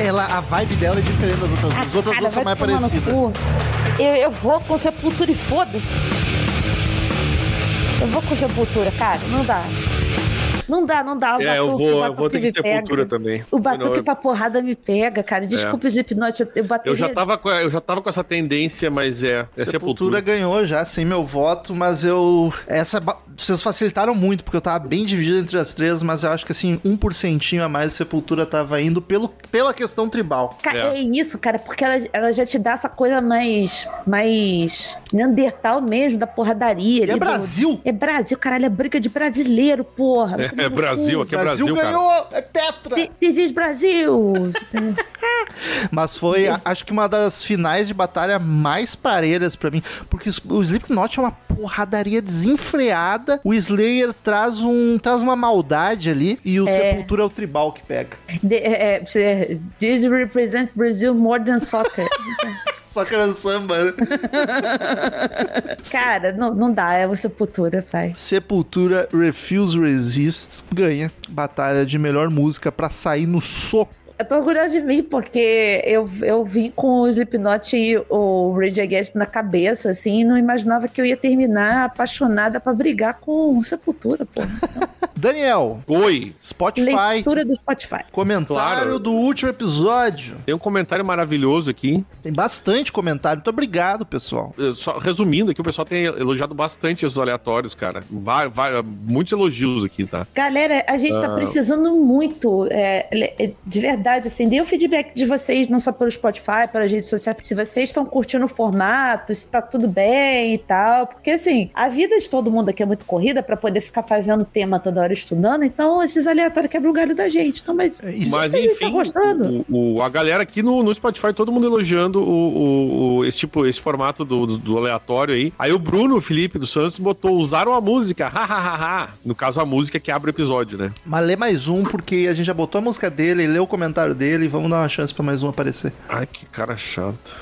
S1: Ela, a vibe dela é diferente das outras duas. As outras
S3: Cara,
S1: duas são
S3: vai
S1: mais
S3: tomar no
S1: parecidas.
S3: cu. Eu, eu vou com sepultura e foda-se. Eu vou com sepultura, cara. Não dá. Não dá, não dá. O
S2: É, eu
S3: Tá batuque-
S2: vou,
S3: o
S2: eu vou ter que
S3: batuque
S2: ter
S3: me pega.
S2: cultura também.
S3: O
S2: Não,
S3: batuque
S2: eu- É.
S3: pra porrada me pega, cara. Desculpa, Slipknot, eu, eu bateria...
S2: Eu já, tava com, eu já tava com essa tendência, mas é. É
S1: Sepultura,
S2: sepultura.
S1: ganhou já sem meu voto, mas eu. Essa. ba- Vocês facilitaram muito, porque eu tava bem dividido entre as três, mas eu acho que assim, um porcentinho a mais Sepultura tava indo pelo, pela questão tribal.
S3: Ca-
S2: É.
S3: É. isso, cara, porque ela, ela já te dá essa coisa mais. mais. Neandertal mesmo, da porradaria.
S1: E é
S3: ali do-
S1: Brasil!
S3: É Brasil, caralho, é briga de brasileiro, porra. Vai tomar
S2: É
S3: no
S2: Brasil,
S3: cu.
S2: aqui é Brasil, cara.
S1: ganhou! É tetra!
S3: Thi- This is Brasil!
S1: Mas foi, a- acho que uma das finais de batalha mais parelhas pra mim, porque os- o Slipknot é uma porradaria desenfreada. O Slayer traz um traz uma maldade ali e o Sepultura é o tribal que pega.
S3: De, é, é, você- this represent Brazil more than soccer.
S1: Só que era samba. né?
S3: cara, não, não dá, é o Sepultura, faz.
S1: Sepultura Refuse Resist ganha batalha de melhor música pra sair no soco.
S3: Eu tô orgulhosa de mim, porque eu, eu vim com o Slipknot e o Rage Against na cabeça, assim, e não imaginava que eu ia terminar apaixonada pra brigar com o Sepultura, pô.
S1: Daniel,
S2: Oi!
S1: Spotify,
S3: Leitura do Spotify.
S1: comentário
S2: Claro.
S1: do último episódio.
S2: Tem um comentário maravilhoso aqui.
S1: Tem bastante comentário. Muito obrigado, pessoal.
S2: Eu Só resumindo aqui, o pessoal tem elogiado bastante esses aleatórios, cara. Vai, vai, muitos elogios aqui, tá?
S3: Galera, a gente
S2: Ah.
S3: tá precisando muito, é, le- é, de verdade, assim, dê o feedback de vocês, não só pelo Spotify, pelas redes sociais, se vocês estão curtindo o formato, se tá tudo bem e tal, porque assim, a vida de todo mundo aqui é muito corrida pra poder ficar fazendo tema toda hora estudando, então esses aleatórios quebram o galho da gente, então, mas...
S1: É isso.
S2: Mas
S3: aí, tá
S2: enfim,
S3: gostando?
S2: o- o- a galera aqui no, no Spotify, todo mundo elogiando o, o- o- esse tipo, esse formato do, do- do aleatório aí. Aí o Bruno Felipe dos Santos botou usaram a música, hahaha. No caso, a música que abre o episódio, né?
S1: Mas lê mais um, porque a gente já botou a música dele, leu o comentário dele e vamos dar uma chance pra mais um aparecer.
S2: Ai, que cara chato.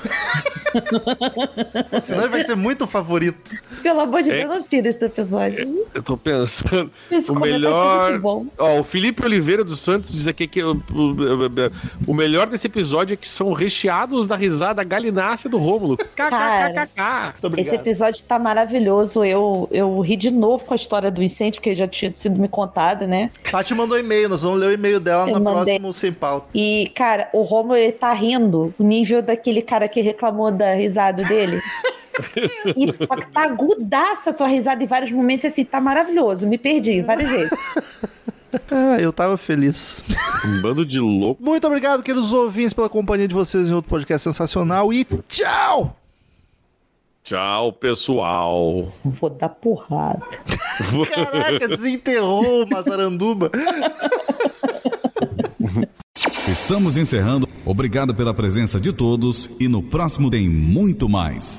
S1: Senão ele vai ser muito favorito.
S3: Pelo amor de
S2: É.
S3: Deus, não tira isso do episódio.
S2: Eu tô pensando.
S3: Esse
S2: o
S3: comentário foi
S2: melhor.
S3: muito bom.
S2: Ó, o Felipe Oliveira dos Santos diz aqui que o, o- o melhor desse episódio é que são recheados da risada galinácea do Rômulo. KKKKK.
S1: Muito
S3: Esse episódio tá maravilhoso. Eu, eu ri de novo com a história do incêndio, que já tinha sido me contada, né?
S1: Paty mandou e-mail, nós vamos ler o e-mail dela
S3: Eu
S1: no
S3: mandei.
S1: próximo Sem Pauta.
S3: E, cara, o Romulo, ele tá rindo o nível daquele cara que reclamou da risada dele. E só que tá agudaça a tua risada em vários momentos, e assim, tá maravilhoso. Me perdi várias vezes.
S1: Ah, eu tava feliz.
S2: Um bando de louco.
S1: Muito obrigado, queridos ouvintes, pela companhia de vocês em outro podcast sensacional e tchau!
S2: Tchau, pessoal.
S3: Vou dar porrada.
S1: Caraca, desenterrou uma saranduba.
S6: Estamos encerrando. Obrigado pela presença de todos e no próximo tem muito mais.